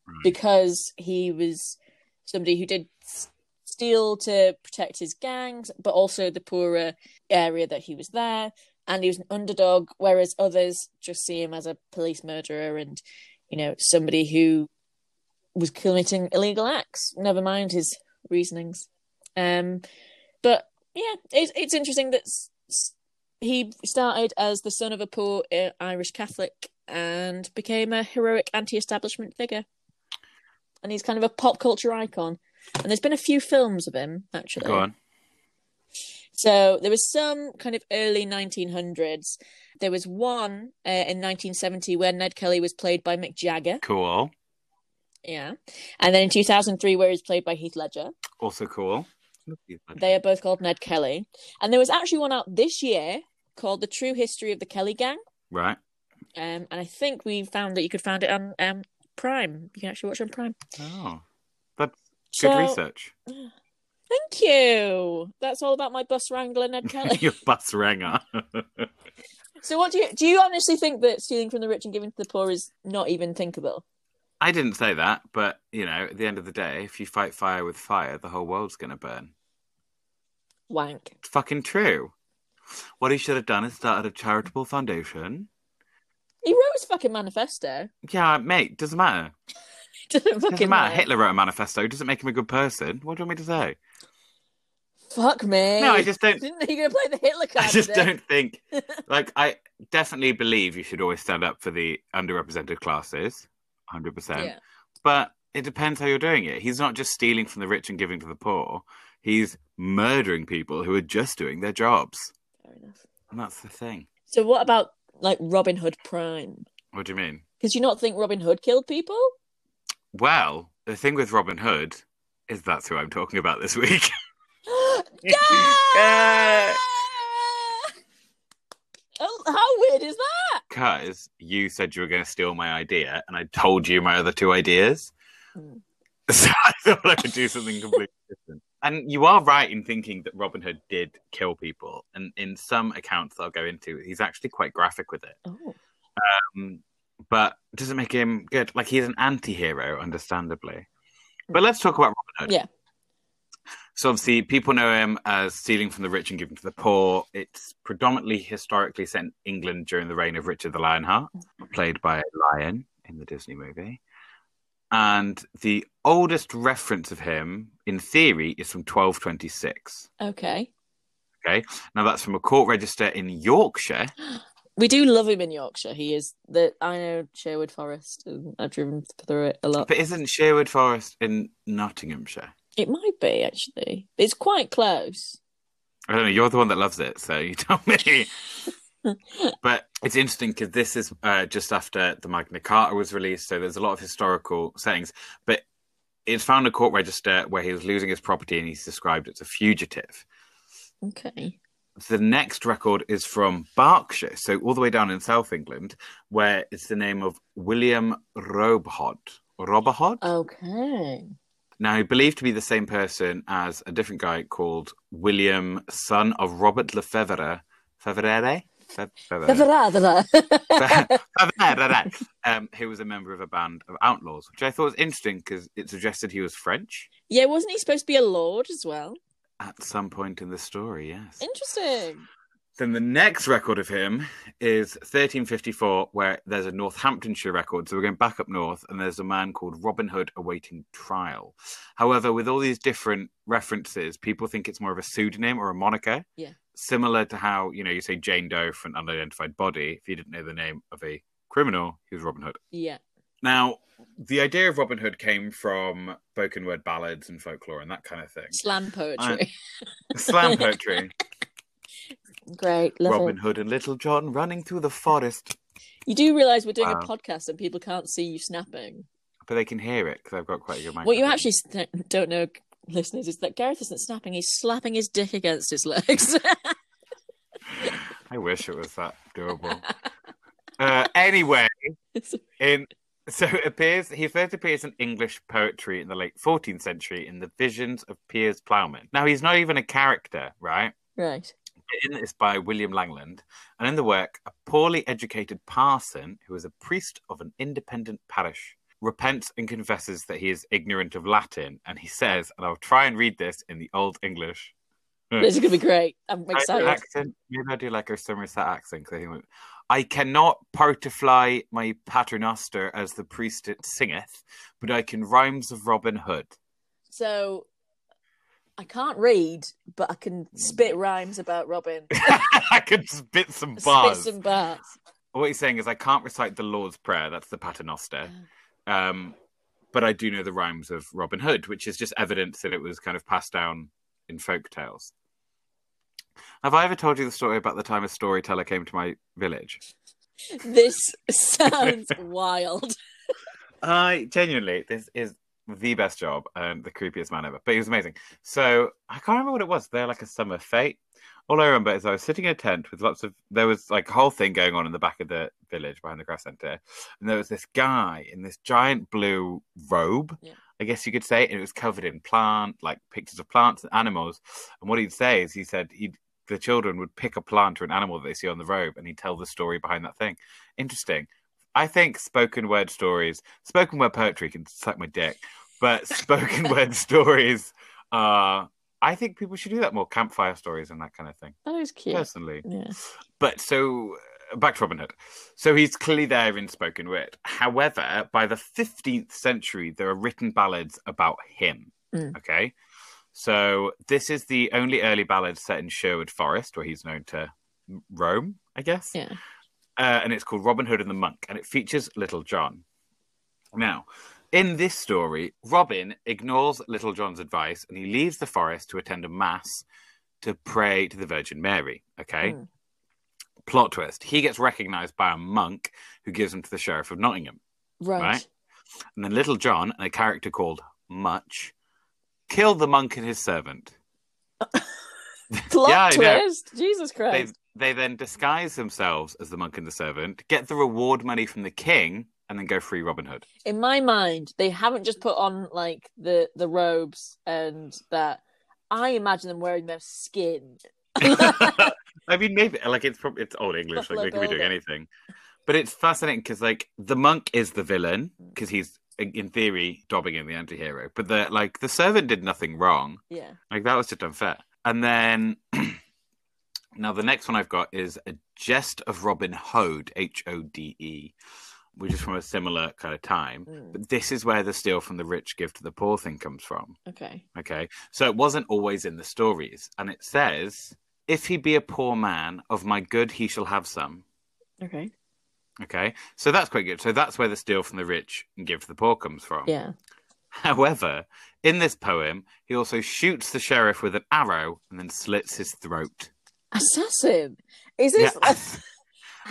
B: Right.
A: because he was somebody who did s- steal to protect his gangs, but also the poorer area that he was there. And he was an underdog, whereas others just see him as a police murderer and, you know, somebody who was committing illegal acts. Never mind his reasonings. Um, but yeah, it's it's interesting that s- s- he started as the son of a poor uh, Irish Catholic and became a heroic anti-establishment figure and he's kind of a pop culture icon. And there's been a few films of him actually.
B: Go on.
A: So there was some kind of early 1900s. There was one uh, in 1970 where Ned Kelly was played by Mick Jagger.
B: Cool.
A: Yeah, and then in 2003 where he's played by Heath Ledger.
B: Also cool.
A: They are both called Ned Kelly. And there was actually one out this year called The True History of the Kelly Gang.
B: Right.
A: Um, and I think we found that you could find it on um, Prime. You can actually watch it on Prime.
B: Oh, that's good
A: So-
B: research.
A: Thank you. That's all about my bus wrangler, Ned Kelly.
B: Your bus ranger.
A: So what do you do you honestly think that stealing from the rich and giving to the poor is not even thinkable?
B: I didn't say that, but you know, at the end of the day, if you fight fire with fire, the whole world's going to burn.
A: Wank.
B: It's fucking true. What he should have done is started a charitable foundation.
A: He wrote his fucking manifesto.
B: Yeah, mate, doesn't matter.
A: Doesn't fucking
B: Doesn't matter. Hitler wrote a manifesto. Doesn't make him a good person. What do you want me to say?
A: Fuck me.
B: No, I just don't.
A: didn't know you were gonna play the Hitler card.
B: I just
A: today.
B: don't think. Like, I definitely believe you should always stand up for the underrepresented classes, hundred percent.
A: Yeah.
B: but it depends how you're doing it. He's not just stealing from the rich and giving to the poor. He's murdering people who are just doing their jobs.
A: Fair enough.
B: And that's the thing.
A: So what about like Robin Hood Prime?
B: What do you mean?
A: Because you not think Robin Hood killed people?
B: Well, the thing with Robin Hood is that's who I'm talking about this week.
A: Yeah!
B: Yeah.
A: Oh, how weird is that?
B: Because you said you were going to steal my idea, and I told you my other two ideas.
A: Mm.
B: So I thought I would do something completely different. And you are right in thinking that Robin Hood did kill people. And in some accounts I'll go into, he's actually quite graphic with it.
A: Oh.
B: um, but it doesn't make him good. Like he's an anti-hero, understandably. But let's talk about Robin Hood.
A: Yeah.
B: So obviously, people know him as stealing from the rich and giving to the poor. It's predominantly historically set in England during the reign of Richard the Lionheart, played by a lion in the Disney movie. And the oldest reference of him, in theory, is from 1226.
A: Okay.
B: Now that's from a court register in Yorkshire
A: we do love him in Yorkshire. He is the I know Sherwood Forest, and I've driven through it a lot.
B: But isn't Sherwood Forest in Nottinghamshire?
A: It might be actually. It's quite close.
B: I don't know. You're the one that loves it, so you tell me. but it's interesting because this is uh, just after the Magna Carta was released, so there's a lot of historical settings. But it's found a court register where he was losing his property, and he's described as a fugitive.
A: Okay.
B: The next record is from Berkshire, so all the way down in South England, where it's the name of William Robehod. Robehod?
A: Okay.
B: Now, he believed to be the same person as a different guy called William, son of Robert Lefevre. Fevrere? Fe- Fevrere. Fevrere. um, who was a member of a band of outlaws, which I thought was interesting because it suggested he was French
A: yeah, wasn't he supposed to be a lord as well?
B: at some point in the story, yes.
A: Interesting.
B: Then the next record of him is 1354, where there's a Northamptonshire record. So we're going back up north, and there's a man called Robin Hood awaiting trial. However, with all these different references, people think it's more of a pseudonym or a moniker.
A: Yeah.
B: Similar to how, you know, you say Jane Doe for an unidentified body. If you didn't know the name of a criminal, he was Robin Hood.
A: Yeah.
B: Now, the idea of Robin Hood came from spoken word ballads and folklore and that kind of thing.
A: Slam poetry.
B: Slam poetry.
A: Great. Love
B: Robin
A: it.
B: Hood and Little John running through the forest,
A: You do realise we're doing
B: Wow.
A: a podcast and people can't see you snapping.
B: but they can hear it because I've got quite a good microphone.
A: What you actually s- don't know, listeners, is that Gareth isn't snapping, he's slapping his dick against his legs.
B: I wish it was that doable. uh, anyway, in so it appears he first appears in English poetry in the late 14th century in the Visions of Piers Plowman. Now he's not even a character, right?
A: right.
B: in this by William Langland, and in the work, a poorly educated parson who is a priest of an independent parish repents and confesses that he is ignorant of Latin, and he says, and I'll try and read this in the Old English.
A: This is going to be great. I'm
B: I do
A: excited.
B: accent. Maybe I do like a Somerset accent. 'cause I, think- I cannot partify my paternoster as the priest it singeth, but I can rhymes of Robin Hood.
A: So I can't read, but I can
B: Mm.
A: spit rhymes about Robin.
B: I could spit some bars.
A: Spit some bars.
B: What he's saying is, I can't recite the Lord's Prayer. That's the Paternoster. Um, but I do know the rhymes of Robin Hood, which is just evidence that it was kind of passed down in folk tales. Have I ever told you the story about the time a storyteller came to my village?
A: This sounds wild.
B: I genuinely, this is the best job and the creepiest man ever. But he was amazing. So I can't remember what it was. They're like a summer fete. All I remember is I was sitting in a tent with lots of. There was like a whole thing going on in the back of the village behind the grass centre, and there was this guy in this giant blue robe.
A: Yeah.
B: I guess you could say, and it was covered in plant, like pictures of plants and animals. And what he'd say is, he said he the children would pick a plant or an animal that they see on the robe, and he'd tell the story behind that thing. Interesting. I think spoken word stories, spoken word poetry can suck my dick, but spoken word stories are. I think people should do that more campfire stories and that kind of thing,
A: That was cute.
B: personally.
A: Yeah.
B: But so uh, back to Robin Hood. So he's clearly there in spoken word. However, by the 15th century, there are written ballads about him.
A: Mm.
B: Okay. So this is the only early ballad set in Sherwood Forest, where he's known to roam, I guess
A: Yeah.
B: uh, and it's called Robin Hood and the Monk, and it features Little John. Now, in this story, Robin ignores Little John's advice and he leaves the forest to attend a mass to pray to the Virgin Mary. Okay.
A: Hmm.
B: Plot twist he gets recognized by a monk who gives him to the Sheriff of Nottingham.
A: Right.
B: Right. And then Little John and a character called Much kill the monk and his servant.
A: Plot
B: Yeah, I know.
A: twist. Jesus
B: they,
A: Christ.
B: they then disguise themselves as the monk and the servant, get the reward money from the king, and then go free Robin Hood.
A: In my mind, they haven't just put on like the the robes and that. I imagine them wearing their skin.
B: I mean, maybe like it's probably it's old English, like
A: Buffalo
B: they could be doing
A: Bill.
B: anything. But it's fascinating because like the monk is the villain because he's in in theory dobbing in the anti-hero but the like the servant did nothing wrong
A: Yeah.
B: like that was just unfair and then now the next one i've got is a jest of robin hood h-o-d-e E, which is from a similar kind of time
A: Mm,
B: But this is where the steal from the rich give to the poor thing comes from.
A: okay.
B: Okay. So it wasn't always in the stories. And it says, If he be a poor man, of my good he shall have some.
A: Okay.
B: Okay, so that's quite good. So that's where the steal from the rich and give to the poor comes from.
A: Yeah.
B: However, in this poem, he also shoots the sheriff with an arrow and then slits his throat.
A: Assassin. Is this
B: Yeah.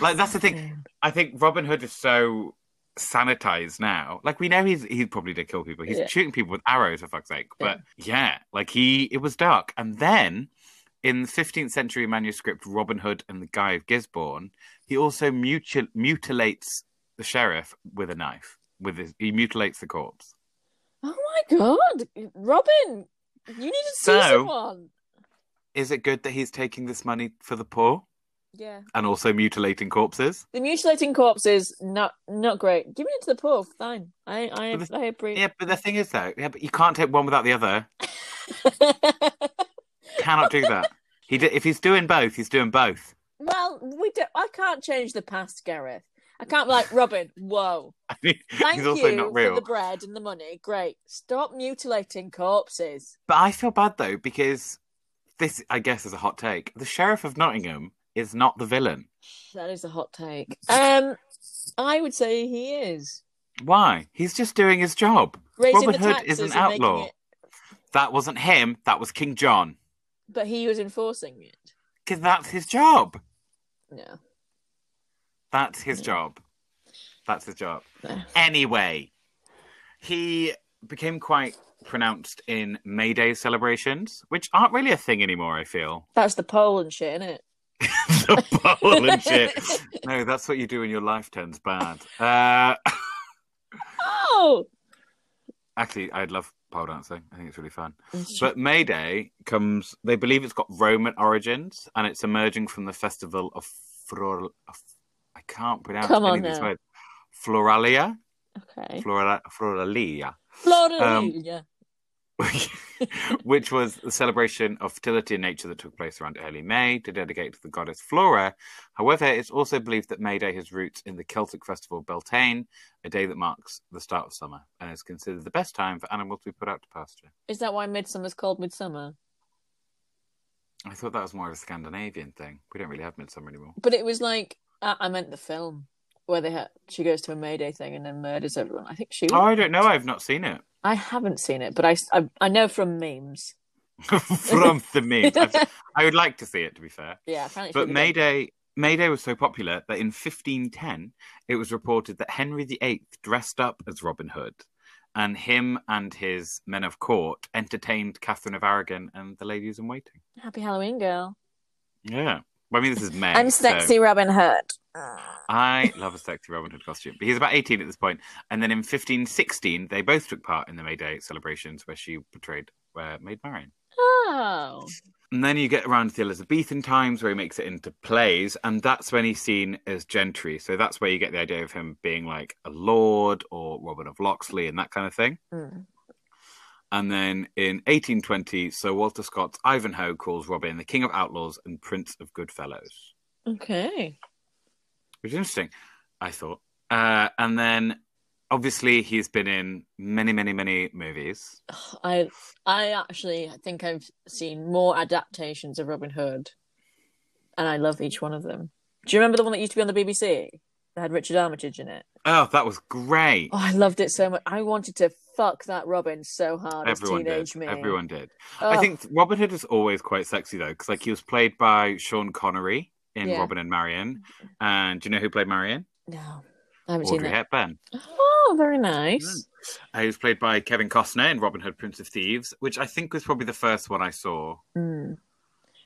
B: Like that's the thing. I think Robin Hood is so sanitized now. Like we know he's he's probably to kill people. He's
A: Yeah.
B: shooting people with arrows for fuck's sake. But yeah, like he it was dark. And then in the 15th century manuscript Robin Hood and the Guy of Gisborne, he also mutil- mutilates the sheriff with a knife. With his, he mutilates the corpse.
A: Oh my god, Robin, you need to see
B: So-
A: someone.
B: Is it good that he's taking this money for the poor
A: Yeah,
B: and also mutilating corpses?
A: the mutilating corpses not not great. Giving it to the poor, fine. I I,
B: But
A: I agree.
B: Yeah, but the thing is though, yeah, but you can't take one without the other. Cannot do that. He d- if he's doing both, he's doing both.
A: well, we don't. I can't change the past, Gareth. I can't be like Robin. Whoa,
B: I mean,
A: thank
B: he's also
A: you
B: not
A: for
B: real.
A: the bread and the money. Great. Stop mutilating corpses.
B: But I feel bad though because this, I guess, is a hot take. The sheriff of Nottingham is not the villain.
A: That is a hot take. Um, I would say he is
B: Why? He's just doing his job.
A: raising
B: Robin
A: the
B: Hood
A: taxes
B: is an
A: and making
B: outlaw.
A: it,
B: That wasn't him. That was King John.
A: but he was enforcing it.
B: Because that's his job.
A: No.
B: That's his
A: Yeah.
B: job. That's his job.
A: no.
B: Anyway, he became quite pronounced in May Day celebrations, which aren't really a thing anymore. I feel
A: That's the pole and shit, isn't it?
B: the ball and shit. No, that's what you do when your life turns bad. Uh,
A: Oh,
B: Actually, I'd love pole dancing. I think it's really fun.
A: Mm.
B: But May Day comes, they believe it's got Roman origins and it's emerging from the festival of Flor. Of, I can't pronounce
A: Come
B: any
A: on
B: of these
A: now.
B: words. Floralia?
A: okay.
B: Flora, Floralia.
A: Florida,
B: um,
A: yeah.
B: Which was the celebration of fertility and nature that took place around early May to dedicate to the goddess Flora. However, it's also believed that May Day has roots in the Celtic festival Beltane, a day that marks the start of summer and is considered the best time for animals to be put out to pasture.
A: Is that why Midsummer's called Midsummer?
B: I thought that was more of a Scandinavian thing. We don't really have midsummer anymore.
A: But it was like I, I meant the film where they had she goes to a May Day thing and then murders everyone. I think she.
B: Oh, I don't know. I've not seen it
A: I haven't seen it, but I, I I know from memes.
B: from the memes. I've- I would like to see it, to be fair.
A: Yeah, apparently. it's
B: But
A: really
B: May
A: good.
B: Day, May Day was so popular that in 1510, it was reported that Henry VIII dressed up as Robin Hood, and him and his men of court entertained Catherine of Aragon and the ladies in waiting.
A: Happy Halloween, girl.
B: Yeah. Well, I mean, this is May.
A: I'm
B: so-
A: sexy Robin Hood.
B: I love a sexy Robin Hood costume. But he's about 18 at this point. And then in 1516, they both took part in the May Day celebrations where she portrayed uh, Maid Marian.
A: Oh,
B: And then you get around to the Elizabethan times where he makes it into plays. And that's when he's seen as gentry. So that's where you get the idea of him being like a lord or Robin of Locksley and that kind of thing.
A: Mm.
B: And then in 1820, Sir Walter Scott's Ivanhoe calls Robin the King of Outlaws and Prince of Good Fellows.
A: okay.
B: which is interesting, I thought. Uh, and then obviously he's been in many, many, many movies.
A: I I actually think I've seen more adaptations of Robin Hood, and I love each one of them. Do you remember the one that used to be on the BBC that had Richard Armitage in it?
B: Oh, that was great.
A: Oh, I loved it so much. I wanted to fuck that Robin so hard
B: Everyone
A: as teenage
B: did.
A: me.
B: Everyone did. I
A: Ugh.
B: think Robin Hood is always quite sexy though, because like he was played by Sean Connery in
A: Yeah.
B: Robin and Marion. And do you know who played Marion?
A: no, I haven't
B: Audrey
A: seen that.
B: Hepburn.
A: Oh, very nice.
B: Uh, He was played by Kevin Costner in Robin Hood, Prince of Thieves, which I think was probably the first one I saw.
A: Mm.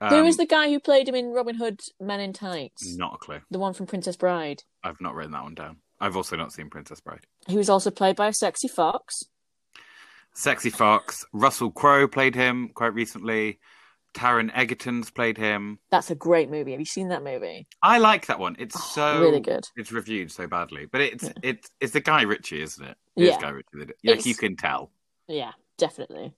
B: Um,
A: Who is the guy who played him in Robin Hood Men in Tights?
B: Not a clue.
A: The one from Princess Bride.
B: I've not written that one down. I've also not seen Princess Bride.
A: He was also played by a sexy fox.
B: Sexy Fox, Russell Crowe played him quite recently. Taron Egerton's played him.
A: That's a great movie. Have you seen that movie?
B: I like that one. It's so
A: Oh, really good.
B: It's reviewed so badly, but it's
A: Yeah.
B: it's it's the Guy Ritchie, isn't it? It's
A: Yeah.
B: Guy Ritchie. That, like
A: It's-
B: you can tell.
A: Yeah, definitely.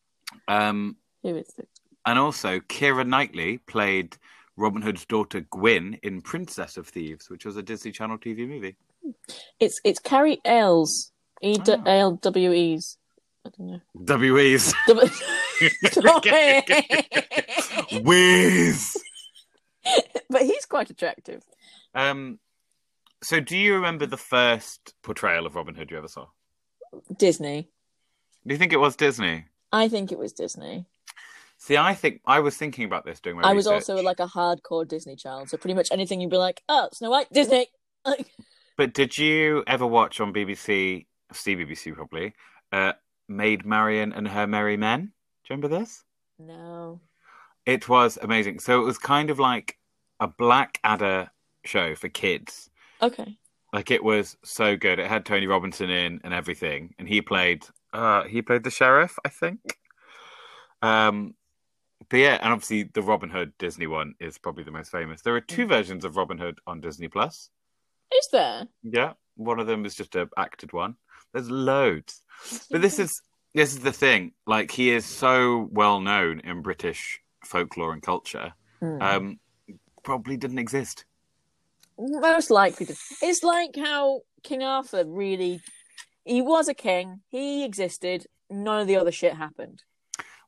B: Um,
A: Who is it?
B: and also Kira Knightley played Robin Hood's daughter Gwyn in Princess of Thieves, which was a Disney Channel TV movie.
A: It's it's Carrie Ailes. E D
B: Oh.
A: L W E's. I don't know.
B: We's
A: Double- Stop it.
B: Whiz.
A: but he's quite attractive.
B: Um, So, do you remember the first portrayal of Robin Hood you ever saw?
A: Disney.
B: Do you think it was Disney?
A: I think it was Disney.
B: See, I think I was thinking about this doing my.
A: I was
B: research.
A: also like a hardcore Disney child, so pretty much anything you'd be like, "Oh, Snow White, Disney." Like,
B: But did you ever watch on BBC, CBBC probably, uh, Maid Marian and Her Merry Men? Do you remember this?
A: no,
B: It was amazing. So it was kind of like a Blackadder show for kids.
A: okay,
B: Like it was so good. It had Tony Robinson in and everything, and he played uh he played the sheriff, I think. Um but yeah, and obviously the Robin Hood Disney one is probably the most famous. There are two versions of Robin Hood on Disney Plus.
A: is there?
B: Yeah, one of them is just a acted one. There's loads, but this is this is the thing. Like he is so well known in British folklore and culture.
A: Hmm.
B: Um, probably didn't exist.
A: Most likely, to... it's like how King Arthur really—he was a king, he existed. None of the other shit happened.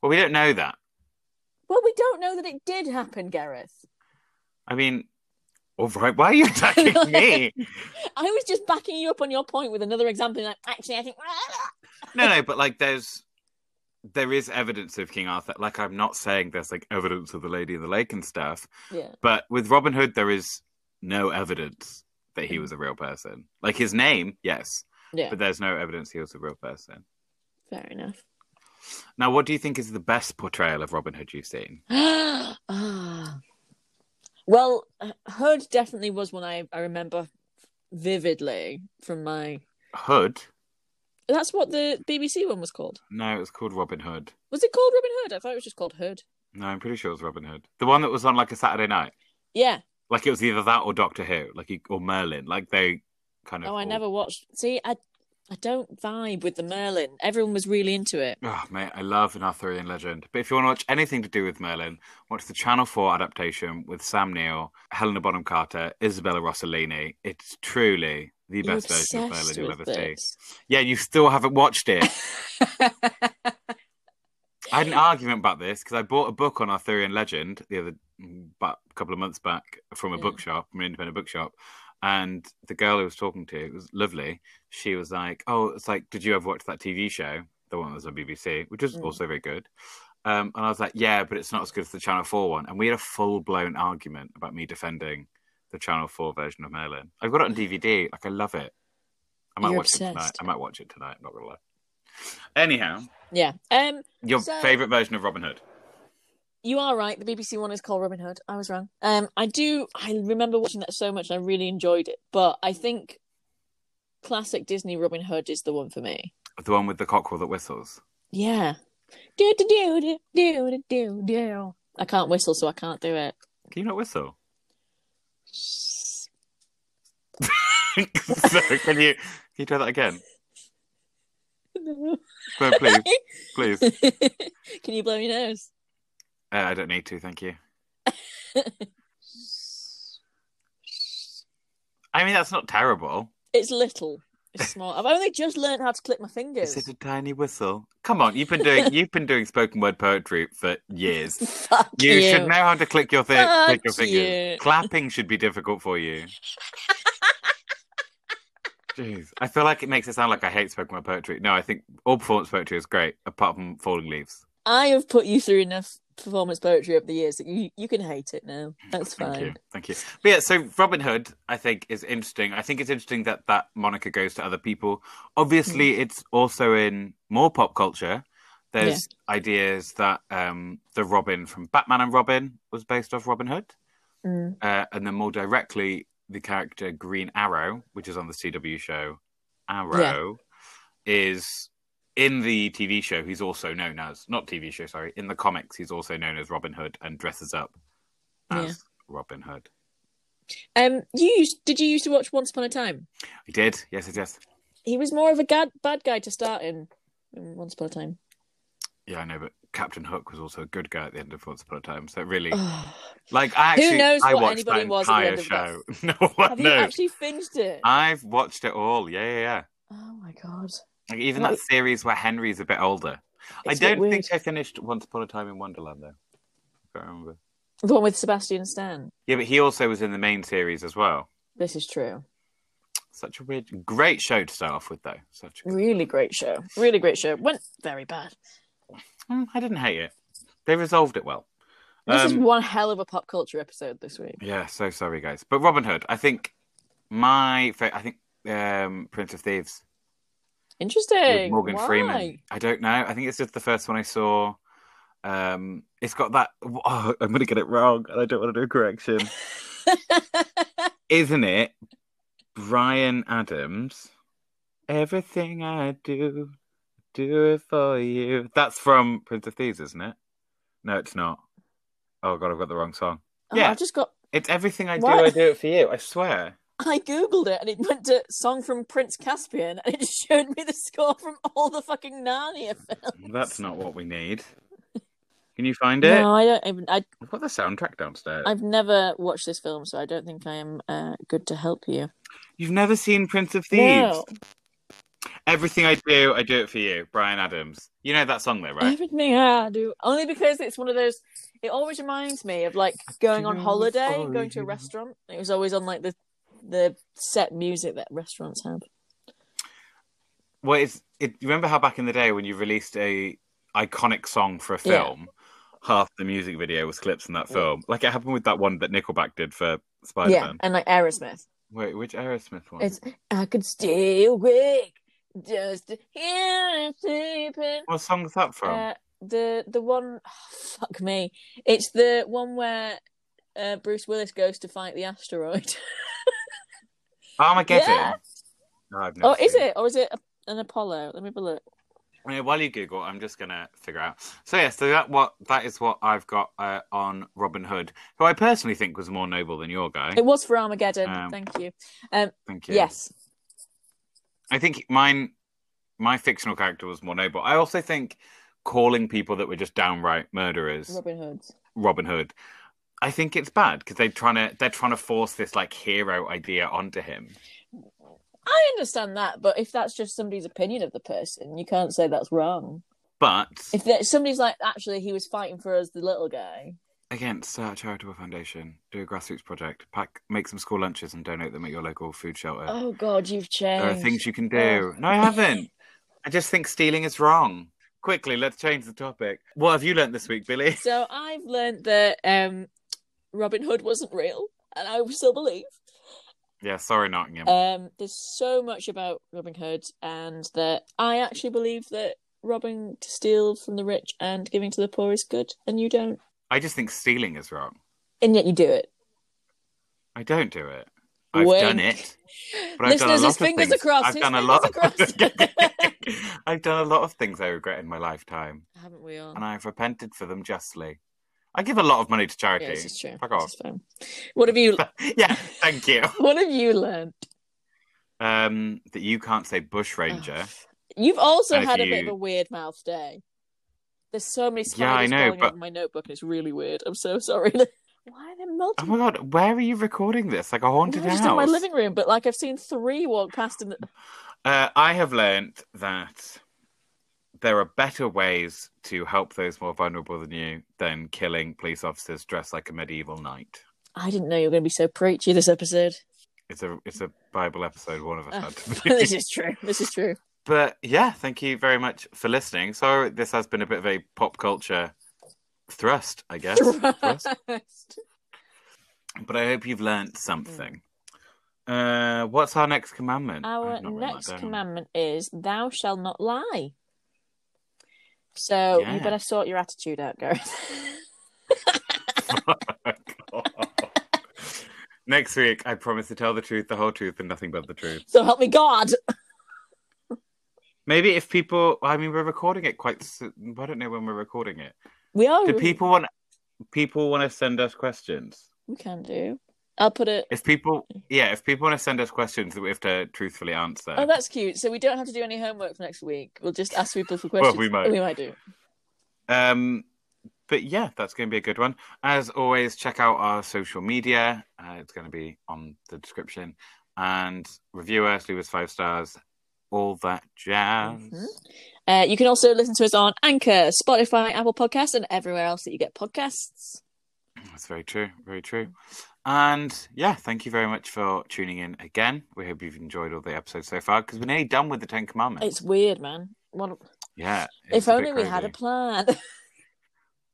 B: Well, we don't know that.
A: Well, we don't know that it did happen, Gareth.
B: I mean, all right, why are you attacking me?
A: I was just backing you up on your point with another example. Like, actually, I think "Ah!"
B: No, no, but like there's there is evidence of King Arthur. Like I'm not saying there's like evidence of the Lady in the Lake and stuff,
A: yeah,
B: but with Robin Hood there is no evidence that he was a real person. Like his name, yes,
A: yeah,
B: but there's no evidence he was a real person.
A: fair enough.
B: Now, what do you think is the best portrayal of Robin Hood you've seen?
A: ah. Well, Hood definitely was one I, I remember vividly from my.
B: Hood?
A: That's what the BBC one was called.
B: No, it was called Robin Hood.
A: Was it called Robin Hood? I thought it was just called Hood.
B: No, I'm pretty sure it was Robin Hood. The one that was on like a Saturday night.
A: Yeah.
B: Like it was either that or Doctor Who, like he- or Merlin. Like they kind of.
A: Oh, I
B: all-
A: never watched. See, I I don't vibe with the Merlin. Everyone was really into it.
B: Oh, mate, I love an Arthurian legend. But if you want to watch anything to do with Merlin, watch the Channel 4 adaptation with Sam Neill, Helena Bonham Carter, Isabella Rossellini. It's truly the
A: You're
B: best version of Merlin
A: obsessed
B: you'll
A: with
B: ever see.
A: this.
B: Yeah, you still haven't watched it. I had an argument about this because I bought a book on Arthurian legend the other but a couple of months back from a
A: Yeah.
B: bookshop, from an independent bookshop, and the girl who was talking to it was lovely. She was like, "Oh, it's like, did you ever watch that TV show, the one that was on BBC, which was
A: Mm.
B: also very good?" Um, and I was like, "Yeah, but it's not as good as the Channel Four one." And we had a full blown argument about me defending the Channel Four version of Merlin. I've got it on DVD. Like, I love it. I might
A: You're
B: watch it tonight.
A: obsessed.
B: I might watch it tonight. Not gonna lie. Anyhow,
A: yeah. Um,
B: your
A: So-
B: favorite version of Robin Hood.
A: you are right. The BBC one is called Robin Hood. I was wrong. Um, I do. I remember watching that so much. and I really enjoyed it. But I think classic Disney Robin Hood is the one for me.
B: The one with the cockerel that whistles.
A: Yeah. Do do do do do do do do. I can't whistle, so I can't do it.
B: Can you not whistle? so can you can you try that again?
A: No.
B: No, please, please. Uh,
A: Can you blow your nose?
B: I don't need to, thank you. I mean, that's not terrible.
A: It's little. It's small. I've only just learned how to click my fingers.
B: Is it a tiny whistle? Come on, you've been doing you've been doing spoken word poetry for years.
A: Fuck
B: You,
A: you.
B: should know how to click your thi- click your
A: Fuck
B: fingers.
A: you.
B: Clapping should be difficult for you. Jeez, I feel like it makes it sound like I hate spoken word poetry. No, I think all performance poetry is great, apart from falling leaves.
A: I have put you through enough performance poetry over the years that you you can hate it now. That's
B: Thank you.
A: fine.
B: Thank you. But yeah, so Robin Hood, I think, is interesting. I think it's interesting that that moniker goes to other people.
A: Mm.
B: Obviously, it's also in more pop culture. There's ideas that um, the Robin from Batman and Robin was based off Robin Hood.
A: Mm.
B: Uh, and then more directly, the character Green Arrow, which is on the CW show Arrow, is in the TV show, he's also known as, not TV show, sorry, in the comics, he's also known as Robin Hood and dresses up as
A: Yeah.
B: Robin Hood.
A: Um, you used, did you used to watch Once Upon a Time?
B: I did, yes, yes, yes.
A: He was more of a gad, bad guy to start in, in Once Upon a Time.
B: Yeah, I know, but Captain Hook was also a good guy at the end of Once Upon a Time, so it really,
A: Ugh.
B: like, I actually,
A: Oh, knows
B: I
A: what
B: watched that
A: anybody was at the
B: entire
A: end of
B: show.
A: that?
B: Uh, no one
A: Have you
B: knows.
A: actually finished it?
B: I've watched it all, yeah, yeah, yeah.
A: Oh my god!
B: Like, even
A: What-
B: that series where Henry's a bit older. I
A: It's a bit
B: don't
A: weird.
B: think I finished Once Upon a Time in Wonderland though. I can't remember.
A: the one with Sebastian Stan.
B: Yeah, but he also was in the main series as well.
A: This is true.
B: Such a weird, great show to start off with, though. Such a,
A: Really great show. Really great show. Went very bad.
B: Mm, I didn't hate it. They resolved it well.
A: This is
B: Um,
A: one hell of a pop culture episode this week.
B: Yeah, so sorry, guys. But Robin Hood, I think my, fa- I think um, Prince of Thieves
A: Interesting.
B: with Morgan
A: Why?
B: Freeman. I don't know. I think it's just the first one I saw. Um, it's got that. Oh, I'm gonna get it wrong, and I don't want to do a correction, isn't it? Brian Adams. Everything I do, do it for you. That's from Prince of Thieves, isn't it? No, it's not. Oh god, I've got the wrong song.
A: Oh,
B: Yeah.
A: I just got.
B: It's everything I do.
A: What?
B: I do it for you. I swear.
A: I googled it and it went to song from Prince Caspian and it showed me the score from all the fucking Narnia films.
B: That's not what we need. Can you find it?
A: No, I don't even. I
B: I've got the soundtrack downstairs.
A: I've never watched this film, so I don't think I am uh, good to help you.
B: You've never seen Prince of Thieves.
A: No,
B: Everything I do, I do it for you, Brian Adams. You know that song though, right?
A: everything I do only because it's one of those. It always reminds me of like going on
B: do
A: holiday,
B: for
A: going to a
B: you.
A: restaurant. It was always on like the the set music that restaurants have.
B: Well, it's it. you Remember how back in the day when you released a iconic song for a
A: Yeah.
B: film, half the music video was clips from that film. Like it happened with that one that Nickelback did for Spider
A: yeah,
B: Man.
A: and like Aerosmith.
B: Wait, which Aerosmith one?
A: It's I could stay awake just to hear it sleeping.
B: What song's that from?
A: Uh, the the one oh, fuck me. It's the one where uh, Bruce Willis goes to fight the asteroid.
B: Armageddon.
A: yeah.
B: No, I've never
A: Oh, is
B: seen
A: it? Or is it a- an Apollo? Let me have a look.
B: Uh, While you Google, I'm just gonna figure out. So yeah, so that what that is what I've got uh, on Robin Hood, who I personally think was more noble than your guy.
A: It was for Armageddon.
B: Um,
A: Thank you.
B: Thank you.
A: Yes.
B: I think mine, my fictional character was more noble. I also think calling people that were just downright murderers
A: Robin Hood's.
B: Robin Hood. I think it's bad because they're trying to they're trying to force this like hero idea onto him.
A: I understand that, but if that's just somebody's opinion of the person, you can't say that's wrong.
B: But
A: If there- somebody's like, actually, he was fighting for us, the little guy.
B: Against uh, charitable foundation, do a grassroots project, pack, make some school lunches, and donate them at your local food shelter.
A: Oh God, you've changed.
B: There are things you can do. No, I haven't. I just think stealing is wrong. Quickly, let's change the topic. What have you learnt this week, Billy?
A: So I've learned that um, Robin Hood wasn't real, and I still believe.
B: Yeah, sorry, Nottingham.
A: Um, there's so much about Robin Hood, and that I actually believe that robbing to steal from the rich and giving to the poor is good, and you don't,
B: I just think stealing is wrong.
A: and yet you do it.
B: I don't do it. I've
A: Wink.
B: done it. But I've done a
A: Listeners,
B: lot
A: his
B: of
A: fingers
B: things.
A: across.
B: I've
A: his
B: done a
A: fingers
B: lot.
A: across.
B: I've done a lot of things I regret in my lifetime,
A: Haven't we all?
B: and I've repented for them justly. I give a lot of money to
A: yeah, this
B: charity.
A: is true.
B: Fuck
A: This
B: off.
A: is fine. What have you?
B: yeah, thank you.
A: What have you learned?
B: Um, that you can't say bush ranger.
A: Oh, You've also
B: And if
A: had a bit of
B: you-
A: a weird mouth day. There's so many spiders
B: Yeah, I know,
A: crawling
B: but-
A: over my notebook, and it's really weird. I'm so sorry. Why are there
B: Oh
A: multiple?
B: my god, where are you recording this? Like a
A: No,
B: haunted
A: just
B: house.
A: in my living room, but like I've seen three walk past in the.
B: Uh, I have learnt that there are better ways to help those more vulnerable than you than killing police officers dressed like a medieval knight.
A: I didn't know you were going to be so preachy this episode.
B: It's a it's a Bible episode. One of us
A: Ah,
B: had to be.
A: this is true. This is true.
B: but yeah, thank you very much for listening. So this has been a bit of a pop culture thrust, I guess. thrust.
A: Christ.
B: But I hope you've learnt something. Uh, what's our next commandment?
A: Our
B: I've not written that
A: next
B: down.
A: commandment is, Thou shall not lie. So
B: Yeah.
A: you better sort your attitude out, Gareth.
B: Next week, I promise to tell the truth, the whole truth, and nothing but the truth.
A: so help me God.
B: Maybe if people, I mean, we're recording it quite. s- I don't know when we're recording it.
A: We are.
B: Do people want people want to send us questions?
A: We can do. I'll put it.
B: If people, yeah, if people want to send us questions that we have to truthfully answer,
A: Oh, that's cute. So we don't have to do any homework for next week. We'll just ask people for
B: Well,
A: questions.
B: we might.
A: We might do.
B: Um, but yeah, that's going to be a good one. As always, check out our social media. Uh, it's going to be on the description. And review us, leave us five stars, all that jazz.
A: Mhm. Uh, you can also listen to us on Anchor, Spotify, Apple Podcasts, and everywhere else that you get podcasts.
B: That's very true. Very true. And yeah, thank you very much for tuning in again. We hope you've enjoyed all the episodes so far because we're nearly done with the Ten Commandments.
A: It's weird, man. What,
B: yeah.
A: if
B: it's a bit
A: only we had a
B: crazy.
A: plan.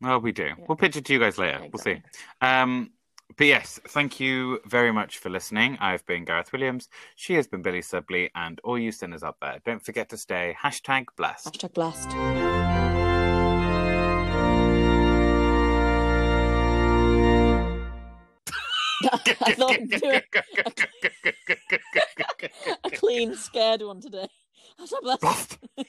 B: Well, we do. We'll pitch it to you guys later. We'll
A: Exactly.
B: see. Um, but yes, thank you very much for listening. I've been Gareth Williams. She has been Billy Subley, and all you sinners out there, don't forget to stay hashtag blessed.
A: Hashtag blessed. I thought I'd do a clean, scared one today. Hashtag blessed.
B: Blessed.